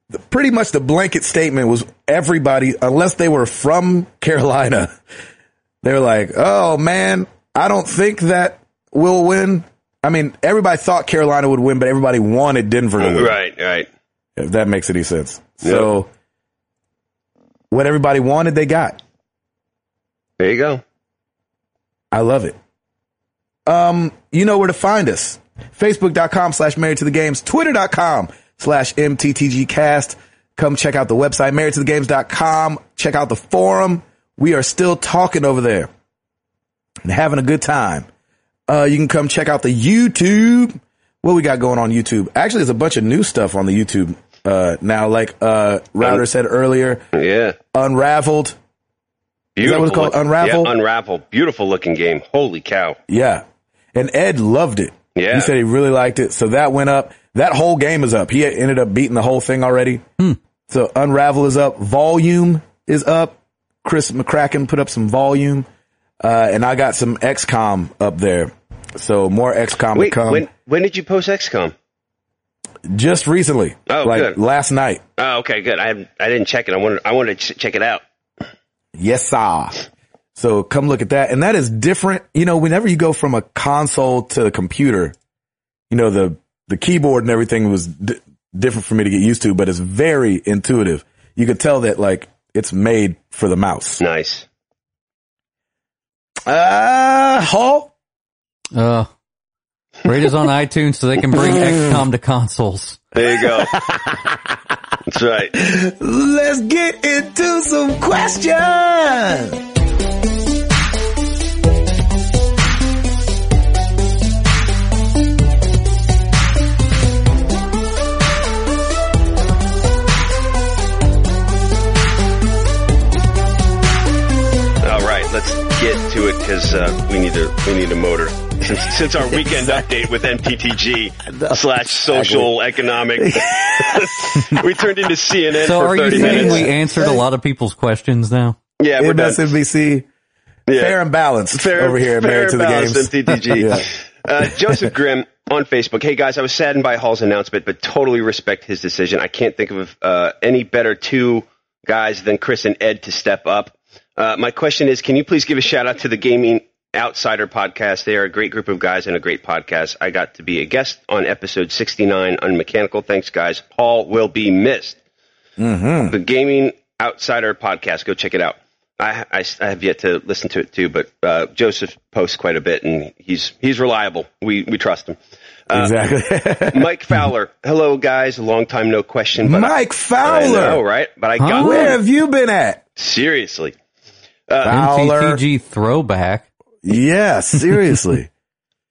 the- pretty much the blanket statement was everybody, unless they were from Carolina, they were like, oh man, I don't think that we'll win. I mean, everybody thought Carolina would win, but everybody wanted Denver to win Right, right. if that makes any sense. So what everybody wanted, they got. There you go. I love it. Um, you know where to find us. Facebook.com slash married to the games, twitter.com slash mttgcast. Come check out the website, married to the games.com. Check out the forum. We are still talking over there and having a good time. Uh, you can come check out the YouTube. What we got going on YouTube? Actually, there's a bunch of new stuff on the YouTube, uh, now, like, uh, Router said earlier, Yeah. Unraveled. Beautiful. that what it's called? looking- Unravel? Yeah, Unravel. Beautiful looking game. Holy cow. Yeah. And Ed loved it. Yeah. He said he really liked it. So that went up. That whole game is up. He had ended up beating the whole thing already. So Unravel is up. Volume is up. Chris McCracken put up some volume. Uh, and I got some XCOM up there. So more XCOM to Wait, come when when did you post XCOM? just recently. Oh, like good. last night. Oh, okay, good. I I didn't check it. I wanted I wanted to ch- check it out. Yes, sir. So come look at that. And that is different. You know, whenever you go from a console to the computer, you know, the, the keyboard and everything was di different for me to get used to, but it's very intuitive. You could tell that like it's made for the mouse. Nice. Uh, Hall, Uh, rate us on iTunes so they can bring XCOM to consoles. There you go. That's right. let's get into some questions. All right, let's get to it because uh, we need to we need a motor. Since, since our weekend update with MTTG slash social economic, we turned into CNN So for are you thirty saying minutes. we answered a lot of people's questions now? yeah, we're done. MSNBC, Yeah. fair and balanced over here at fair Married to the balance Games. than TTG. uh, Joseph Grimm on Facebook. Hey guys, I was saddened by Hall's announcement, but totally respect his decision. I can't think of uh, any better two guys than Chris and Ed to step up. Uh, my question is, can you please give a shout out to the Gaming Outsider podcast? They are a great group of guys and a great podcast. I got to be a guest on episode 69 on Mechanical. Thanks, guys. Hall will be missed the Gaming Outsider podcast. Go check it out. I, I, I have yet to listen to it too, but uh, Joseph posts quite a bit, and he's he's reliable. We we trust him. exactly. Mike Fowler, hello guys, long time no question. But Mike I, I Fowler. know, right? But I got Huh? Where one. have you been at? seriously. Fowler. MTTG throwback. Yeah, seriously.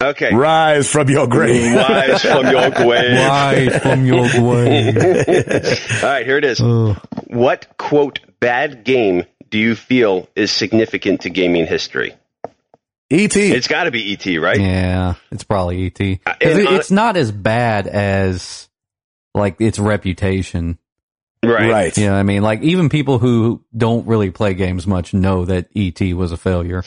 Okay, Rise from your grave. rise from your grave. Why from your way? All right, here it is. Ugh. What quote bad game do you feel is significant to gaming history? E.T. It's got to be ET, right? Yeah, it's probably ET. 'Cause and it- hon- it's not as bad as like its reputation. Right. Right. You know what I mean? Like even people who don't really play games much know that ET was a failure.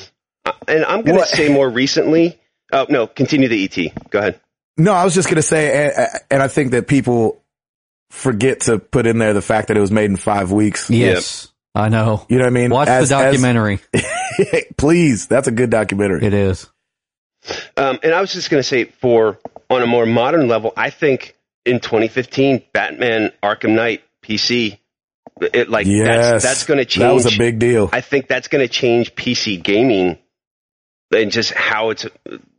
And I'm going to What- say more recently. Oh no, continue the ET. Go ahead. No, I was just going to say, and, and I think that people forget to put in there the fact that it was made in five weeks. Yes, I know. You know what I mean? Watch As- the documentary. as- please, that's a good documentary. it is. Um, and I was just going to say, for on a more modern level, I think in 2015, Batman Arkham Knight PC, it like yes. that's that's going to change. That was a big deal. I think that's going to change PC gaming and just how it's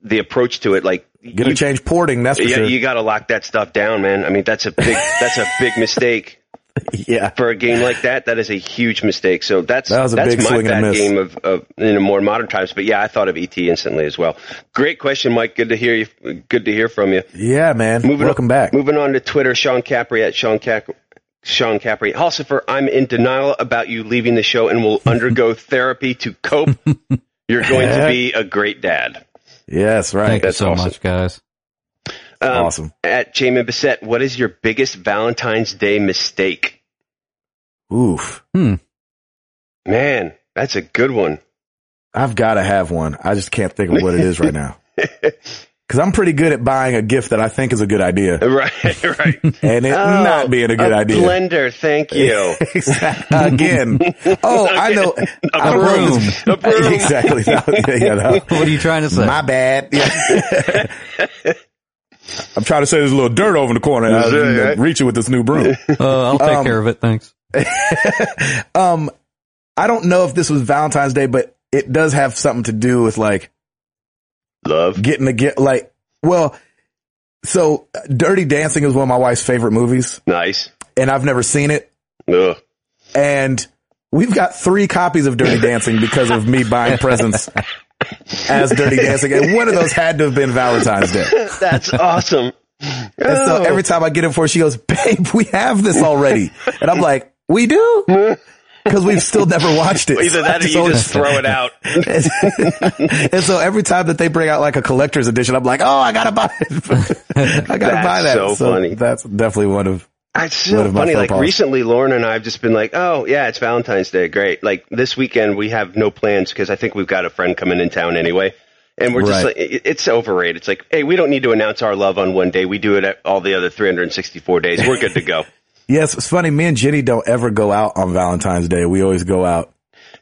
the approach to it. Like Gonna you- change porting, that's for yeah, sure. you got to lock that stuff down, man. I mean, that's a big that's a big mistake yeah. for a game like that. That is a huge mistake. So that's That was a that's big my swing and a bad miss. game of, of in more modern times. But yeah, I thought of ET instantly as well. Great question, Mike. Good to hear you. Good to hear from you. Yeah, man. Moving Welcome on, back. Moving on to Twitter, Sean Capri at Sean Cap. Sean Capri, Halsifer, I'm in denial about you leaving the show and will undergo therapy to cope. You're going to be a great dad. Yes, right. Thank you that's so awesome. much, guys. Um, awesome. At Jamin Bissett, what is your biggest Valentine's Day mistake? Oof. Man, that's a good one. I've got to have one. I just can't think of what it is right now. Cause I'm pretty good at buying a gift that I think is a good idea Right, right. and it Oh, not being a good idea. Blender, thank you. Exact- Again. Oh, I know. I wrote this- A broom. exactly. No, yeah, yeah, no. What are you trying to say? My bad. Yeah. I'm trying to say there's a little dirt over in the corner. and I was Yeah, yeah. reaching with this new broom. Uh, I'll take Um, care of it. Thanks. um, I don't know if this was Valentine's Day, but it does have something to do with like Love. getting a gift. Like, well, so Dirty Dancing is one of my wife's favorite movies, Nice. and I've never seen it. Ugh. And we've got three copies of Dirty Dancing because of me buying presents as Dirty Dancing, and one of those had to have been Valentine's Day. That's awesome. And so every time I get it for her, she goes, babe, we have this already. And I'm like, we do? Cause we've still never watched it. Oh, Either that or So you it's just throw it out. always- and so every time that they bring out like a collector's edition, I'm like, oh, I gotta buy it. I gotta That's buy that. so funny. That's definitely one of, It's One so of my funny. faux Like pas. recently, Lauren and I have just been like, "Oh yeah, it's Valentine's Day. Great." Like this weekend, we have no plans because I think we've got a friend coming in town anyway, and we're just Right. like, it- "It's overrated." It's like, "Hey, we don't need to announce our love on one day. We do it at all the other 364 days. We're good to go." yes, it's funny. Me and Jenny don't ever go out on Valentine's Day. We always go out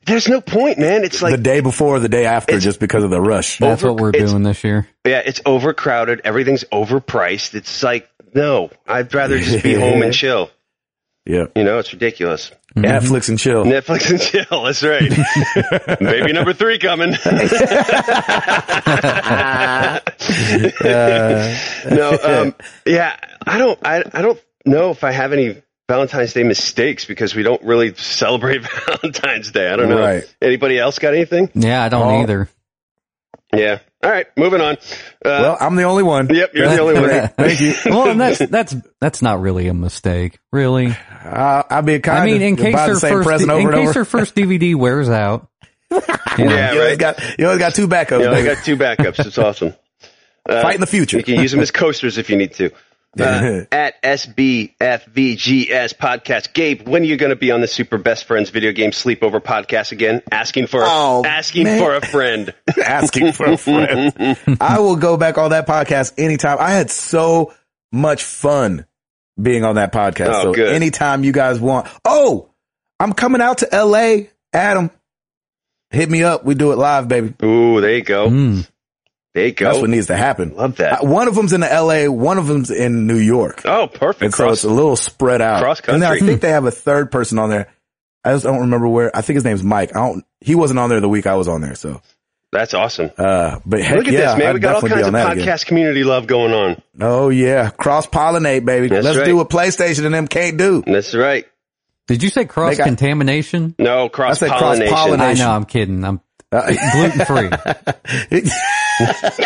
There's no point, man. It's like the day before or the day after It's- just because of the rush. That's what we're it's- doing this year. Yeah, it's overcrowded. Everything's overpriced. It's like, no, I'd rather just be home and chill. Yeah. You know, it's ridiculous. Netflix and chill. Netflix and chill. That's right. Baby number three coming. Uh, no, um, yeah, I don't. I, I don't know if I have any Valentine's Day mistakes because we don't really celebrate Valentine's Day. I don't know. Right. Anybody else got anything? Yeah, I don't Oh. either. Yeah. All right, moving on. Uh, well, I'm the only one. yep, you're the only one. Thank you. Well, and that's that's that's not really a mistake, really. I, I'll be kind I mean, in case buy her the same first present over in and case over. her first DVD wears out. Yeah, you always right. got you always got two backups. You know, I baby. got two backups. It's awesome. Uh, Fight in the future. You can use them as coasters if you need to. Uh, at SBFVGS podcast, Gabe, when are you going to be on the Super Best Friends video game sleepover podcast again? Asking for a, Oh, asking man. for a friend. Asking for a friend. I will go back on that podcast anytime. I had so much fun being on that podcast. Oh, so good. anytime you guys want. Oh, I'm coming out to LA, Adam. Hit me up. We do it live, baby. Ooh, there you Oh. go. Mm. There you That's go. what needs to happen. Love that. Uh, One of them's in LA, one of them's in New York. Oh, And perfect. so it's Cross. a little spread out. Cross And then I country. think they have a third person on there. I just don't remember where. I think his name's Mike. I don't. He wasn't on there the week I was on there. So, That's awesome. uh, but heck Look at yeah, this, man. I'd we got all definitely be kinds of on that podcast again. community love going on. Oh yeah, cross pollinate, baby. That's Let's right. do what PlayStation and them can't do. That's right. Did you say cross contamination? No cross said pollination, cross-pollinate. I Nation. know. I'm kidding. I'm Uh, gluten free.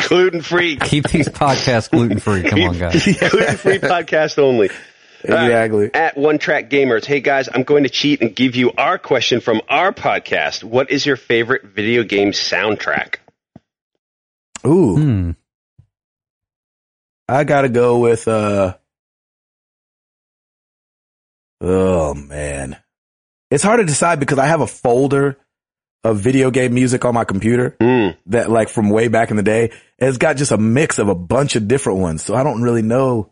gluten free, Keep these podcasts gluten free. Come on, guys. gluten free podcast only. exactly. at One Track Gamers. Hey guys, I'm going to cheat and give you our question from our podcast. What is your favorite video game soundtrack? Ooh, Hmm. I gotta go with. uh Oh man, it's hard to decide because I have a folder of video game music on my computer Mm, that, like, from way back in the day, and it's got just a mix of a bunch of different ones. So I don't really know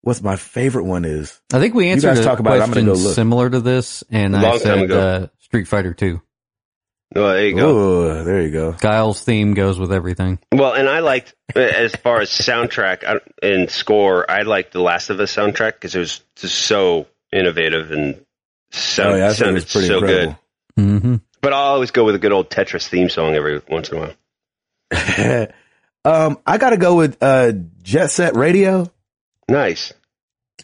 what my favorite one is. I think we answered guys a talk about it. I'm question gonna go look. similar to this, and Long I time said ago. uh, Street Fighter Two. well, there you go. Ooh, there you go. Guile's theme goes with everything. Well, and I liked uh, as far as soundtrack I- and score. I liked the Last of Us soundtrack because it was just so innovative and sound, Oh, yeah, I think it sounded was pretty so incredible. good. hmm But I'll always go with a good old Tetris theme song every once in a while. um, I gotta go with uh, Jet Set Radio Nice.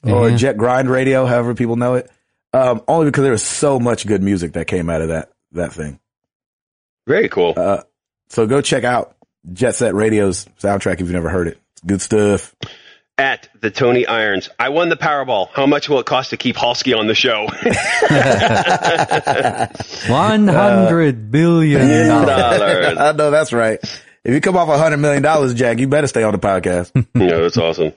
or Yeah. Jet Grind Radio, however people know it. Um, only because there was so much good music that came out of that that thing. Very cool. Uh, so go check out Jet Set Radio's soundtrack if you've never heard it. It's good stuff. At the Tony Irons, I won the Powerball. How much will it cost to keep Halsky on the show? One hundred billion dollars. Dollars. I know that's right. If you come off a hundred million dollars, Jack, you better stay on the podcast. Yeah, that's awesome.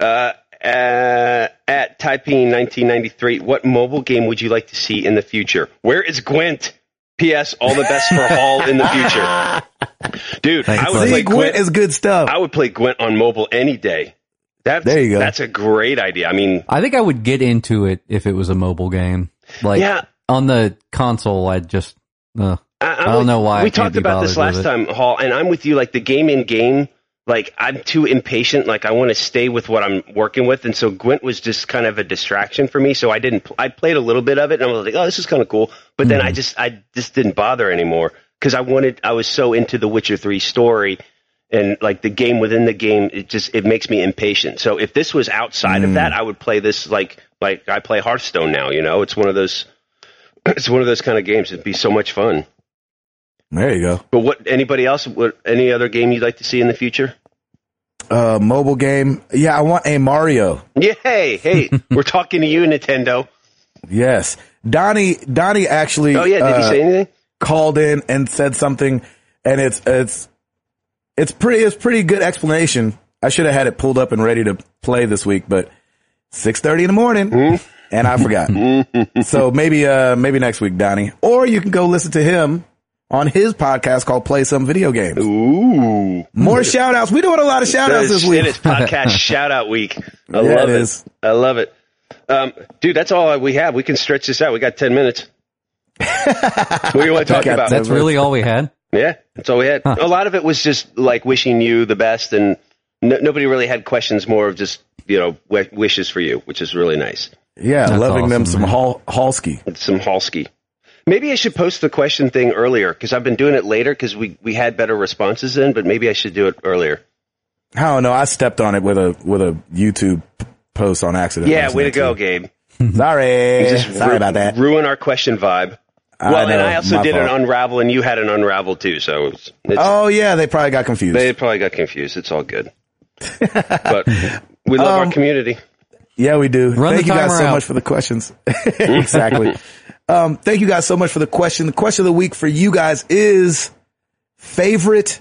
Uh, uh, at Taiping 1993, what mobile game would you like to see in the future? Where is Gwent? P.S. All the best for Hall in the future, dude. Thanks, I would bud. play See, Gwent. Gwent is good stuff. I would play Gwent on mobile any day. That's, There you go. That's a great idea. I mean, I think I would get into it if it was a mobile game. Like yeah, on the console, I just uh, I, I'm I don't with- know why I we can't talked be about this bothered with last it. time, Hall, and I'm with you. Like the game in game, like I'm too impatient. Like I want to stay with what I'm working with, and so Gwent was just kind of a distraction for me. So I didn't. Pl- I played a little bit of it, and I was like, oh, this is kind of cool. But then I Hmm. just, I just didn't bother anymore because I wanted. I was so into the Witcher Three story. And like the game within the game, it just it makes me impatient. So if this was outside of Hmm. that, I would play this like like I play Hearthstone now. You know, it's one of those it's one of those kind of games. It'd be so much fun. there you go. But what anybody else? What any other game you'd like to see in the future? Uh, mobile game. Yeah, I want a Mario. Yay! Hey, we're talking to you, Nintendo. Yes, Donnie. Donnie actually. Oh yeah, did uh, he say anything? called in and said something, and it's it's it's pretty it's pretty good explanation. I should have had it pulled up and ready to play this week, but six thirty in the morning, Hmm? and I forgot. so maybe uh maybe next week, Donnie, or you can go listen to him on his podcast called "Play Some Video Games." Ooh, More shout outs. We doing a lot of shout outs this it week. is podcast shout out week. I Yeah, love it it. is. I love it, um, dude. That's all we have. We can stretch this out. We got ten minutes. what do you want to talk Got that. about? that's really all we had. Yeah, that's all we had. A lot of it was just like wishing you the best, and no, nobody really had questions. More of just you know w- wishes for you, which is really nice. Yeah, That's loving them awesome, some man. Hol- Halsky. It's some Halsky. Maybe I should post the question thing earlier because I've been doing it later because we, we had better responses in, but maybe I should do it earlier. I don't know. I stepped on it with a with a YouTube post on accident. Yeah, way to Too. go, Gabe. Sorry, Just sorry ru- about that. Ruin our question vibe. I well, and know, I also my did fault. an unravel, and you had an unravel too, so it's, it's, Oh yeah, they probably got confused. they probably got confused. It's all good. but we love Um, our community. yeah, we do. Run thank the you guys timer so out. much for the questions. Mm-hmm. exactly. um, thank you guys so much for the question. The question of the week for you guys is favorite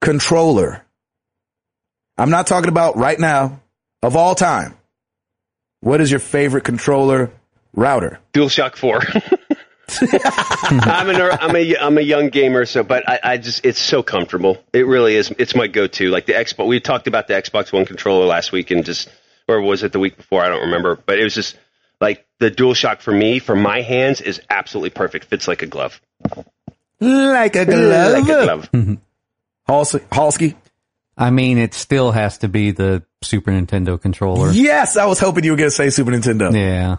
controller. I'm not talking about right now of all time. What is your favorite controller router? DualShock Four. I'm an er- I'm a I'm a young gamer, so but I, I just it's so comfortable. It really is. It's my go-to. Like the Xbox, we talked about the Xbox One controller last week, and just or was it the week before? I don't remember. But it was just like the DualShock for me for my hands is absolutely perfect. Fits like a glove. Like a Like a glove. glove. Hals- Halsky. I mean, it still has to be the Super Nintendo controller. Yes, I was hoping you were going to say Super Nintendo. Yeah.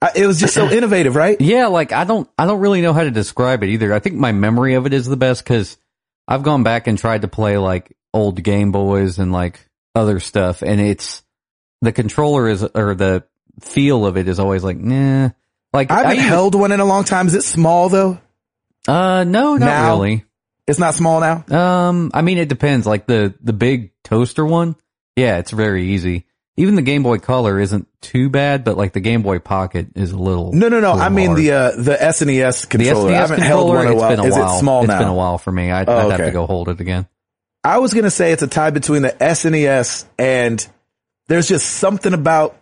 I, it was just so innovative, right? Yeah, like I don't I don't really know how to describe it either. I think my memory of it is the best cuz I've gone back and tried to play like old Game Boys and like other stuff and it's the controller is or the feel of it is always like nah. Like I haven't even- held one in a long time. Is it small though? uh no, not Now? really. It's not small now. Um I mean it depends like the the big toaster one. Yeah, it's very easy. Even the Game Boy Color isn't too bad, but like the Game Boy Pocket is a little No, no, no. little I mean hard. the uh, the SNES The controller. I SNES haven't held controller, one in a it's while. been a Is while. it small now? It's been a while for me. I'd, Oh, I'd have okay. to go hold it again. I was gonna say it's a tie between the SNES and there's just something about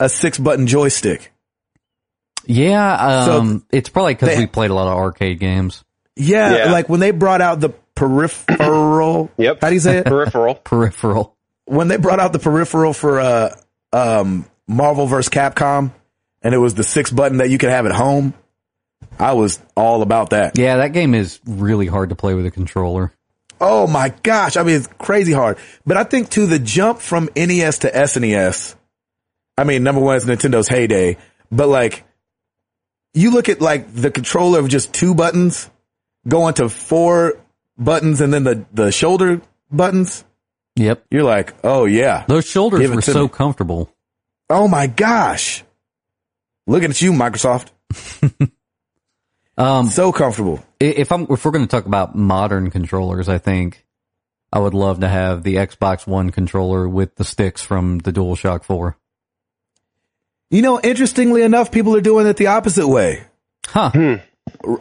a six button joystick. Yeah, So um, it's probably they- because we played a lot of arcade games. Yeah, Yeah. like when they brought out the peripheral. Yep. How do you say it? Peripheral. Peripheral. when they brought out the peripheral for uh, um, Marvel vs. Capcom, and it was the six button that you could have at home. I was all about that. Yeah, that game is really hard to play with a controller. Oh my gosh. I mean, it's crazy hard. But I think too, the jump from NES to SNES, I mean, number one is Nintendo's heyday, but like, you look at like the controller of just two buttons going to four buttons and then the, the shoulder buttons. Yep. You're like, oh yeah. Those shoulders Give it were to so me. comfortable. Oh my gosh. Looking at you, Microsoft. Um, So comfortable. i- if I'm, if we're going to talk about modern controllers, I think I would love to have the Xbox One controller with the sticks from the DualShock 4. You know, interestingly enough, people are doing it the opposite way. Huh. Hmm.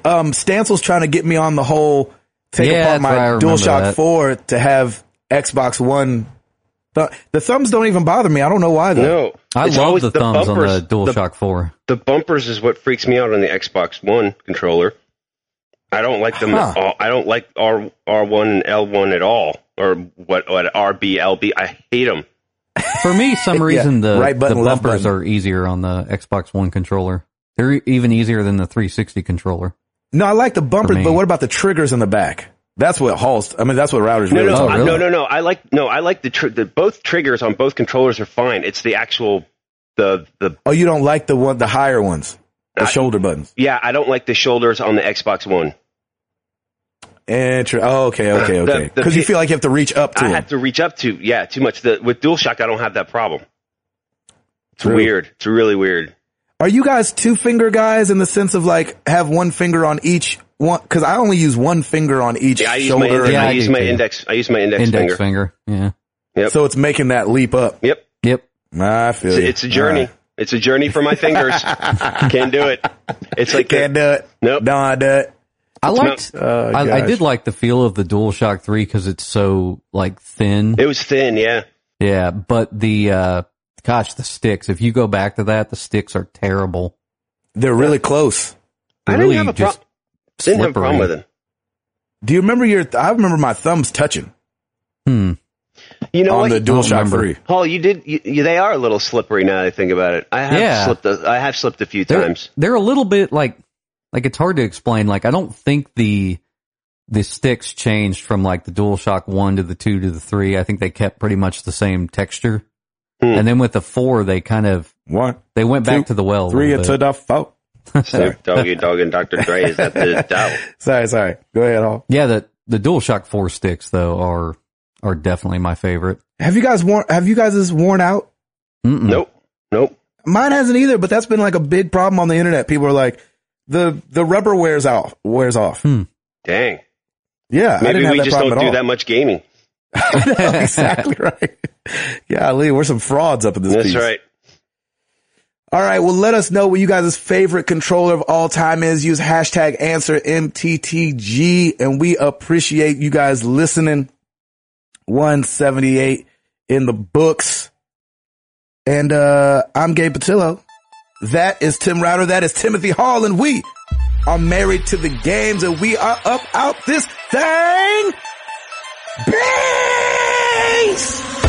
Um, Stancil's trying to get me on the whole take Yeah, apart that's right, I my remember DualShock that. 4 to have Xbox One. Th- the thumbs don't even bother me. I don't know why though. No, I It's love always the thumbs bumpers, on the DualShock 4. The, the bumpers is what freaks me out on the Xbox One controller. I don't like them. Huh. At all. I don't like R R one and L one at all, or what what R B L B. I hate them. For me, some Yeah, reason the, right button, the left bumpers button. are easier on the Xbox One controller. They're e- even easier than the 360 controller. No, I like the bumpers, me. but what about the triggers in the back? That's what Halst. I mean, that's what routers No, really. no, Oh, talk I- really? no, no, no. I like no. I like the, tr- the both triggers on both controllers are fine. It's the actual the the Oh, you don't like the one, the higher ones, the I- shoulder buttons. yeah. I don't like the shoulders on the Xbox One. Inter- oh, okay, okay, The- okay. the Because you pi- feel like you have to reach up to I them. have to reach up to yeah too much. The with DualShock, I don't have that problem. It's True. weird. It's really weird. Are you guys two finger guys in the sense of like have one finger on each one? Because I only use one finger on each Yeah, I use my shoulder, index. Yeah, I I use do my too. index. I use my index, Index finger. finger. Yeah. Yep. so it's making that leap up. Yep. Yep. I feel It's, you. it's a journey. It's a journey for my fingers. Can't do it. It's like Can't do it. Nope. No, I do it. I liked. Oh, I, I gosh. did like the feel of the DualShock Three because it's so like thin. it was thin. Yeah. Yeah, but the uh, gosh, the sticks. If you go back to that, the sticks are terrible. They're really close. I They're didn't really have a pro- just didn't have a slippery. problem with them. Do you remember your? I remember my thumbs touching Hmm. You know on what? the DualShock remember. Three. Paul, you did. You, you, they are a little slippery now. that I think about it. I have Yeah. slipped. A, I have slipped a few They're, times. they're a little bit like like it's hard to explain. Like I don't think the the sticks changed from like the DualShock One to the two to the three. I think they kept pretty much the same texture. Hmm. And then with the four, they kind of One, they went Two, back to the well. a three, little and bit. to the four. Snoop Doggy Dogg and Dr. Dre is that the doubt? Sorry, sorry. Go ahead, all. yeah. The the DualShock Four sticks though are are definitely my favorite. Have you guys worn? Have you guys is worn out? Mm-mm. Nope. Nope. Mine hasn't either, but that's been like a big problem on the internet. People are like, the the rubber wears out, wears off. Dang. Yeah, I Maybe didn't have we that just problem don't do at that all. much gaming. exactly right. Yeah, Lee, we're some frauds up in this That's piece. right. All right. Well, let us know what you guys' favorite controller of all time is. Use hashtag answer MTTG and we appreciate you guys listening. 178 in the books. And, uh, I'm Gabe Patillo. That is Tim Router. That is Timothy Hall and we are married to the games and we are up out this thing. Peace!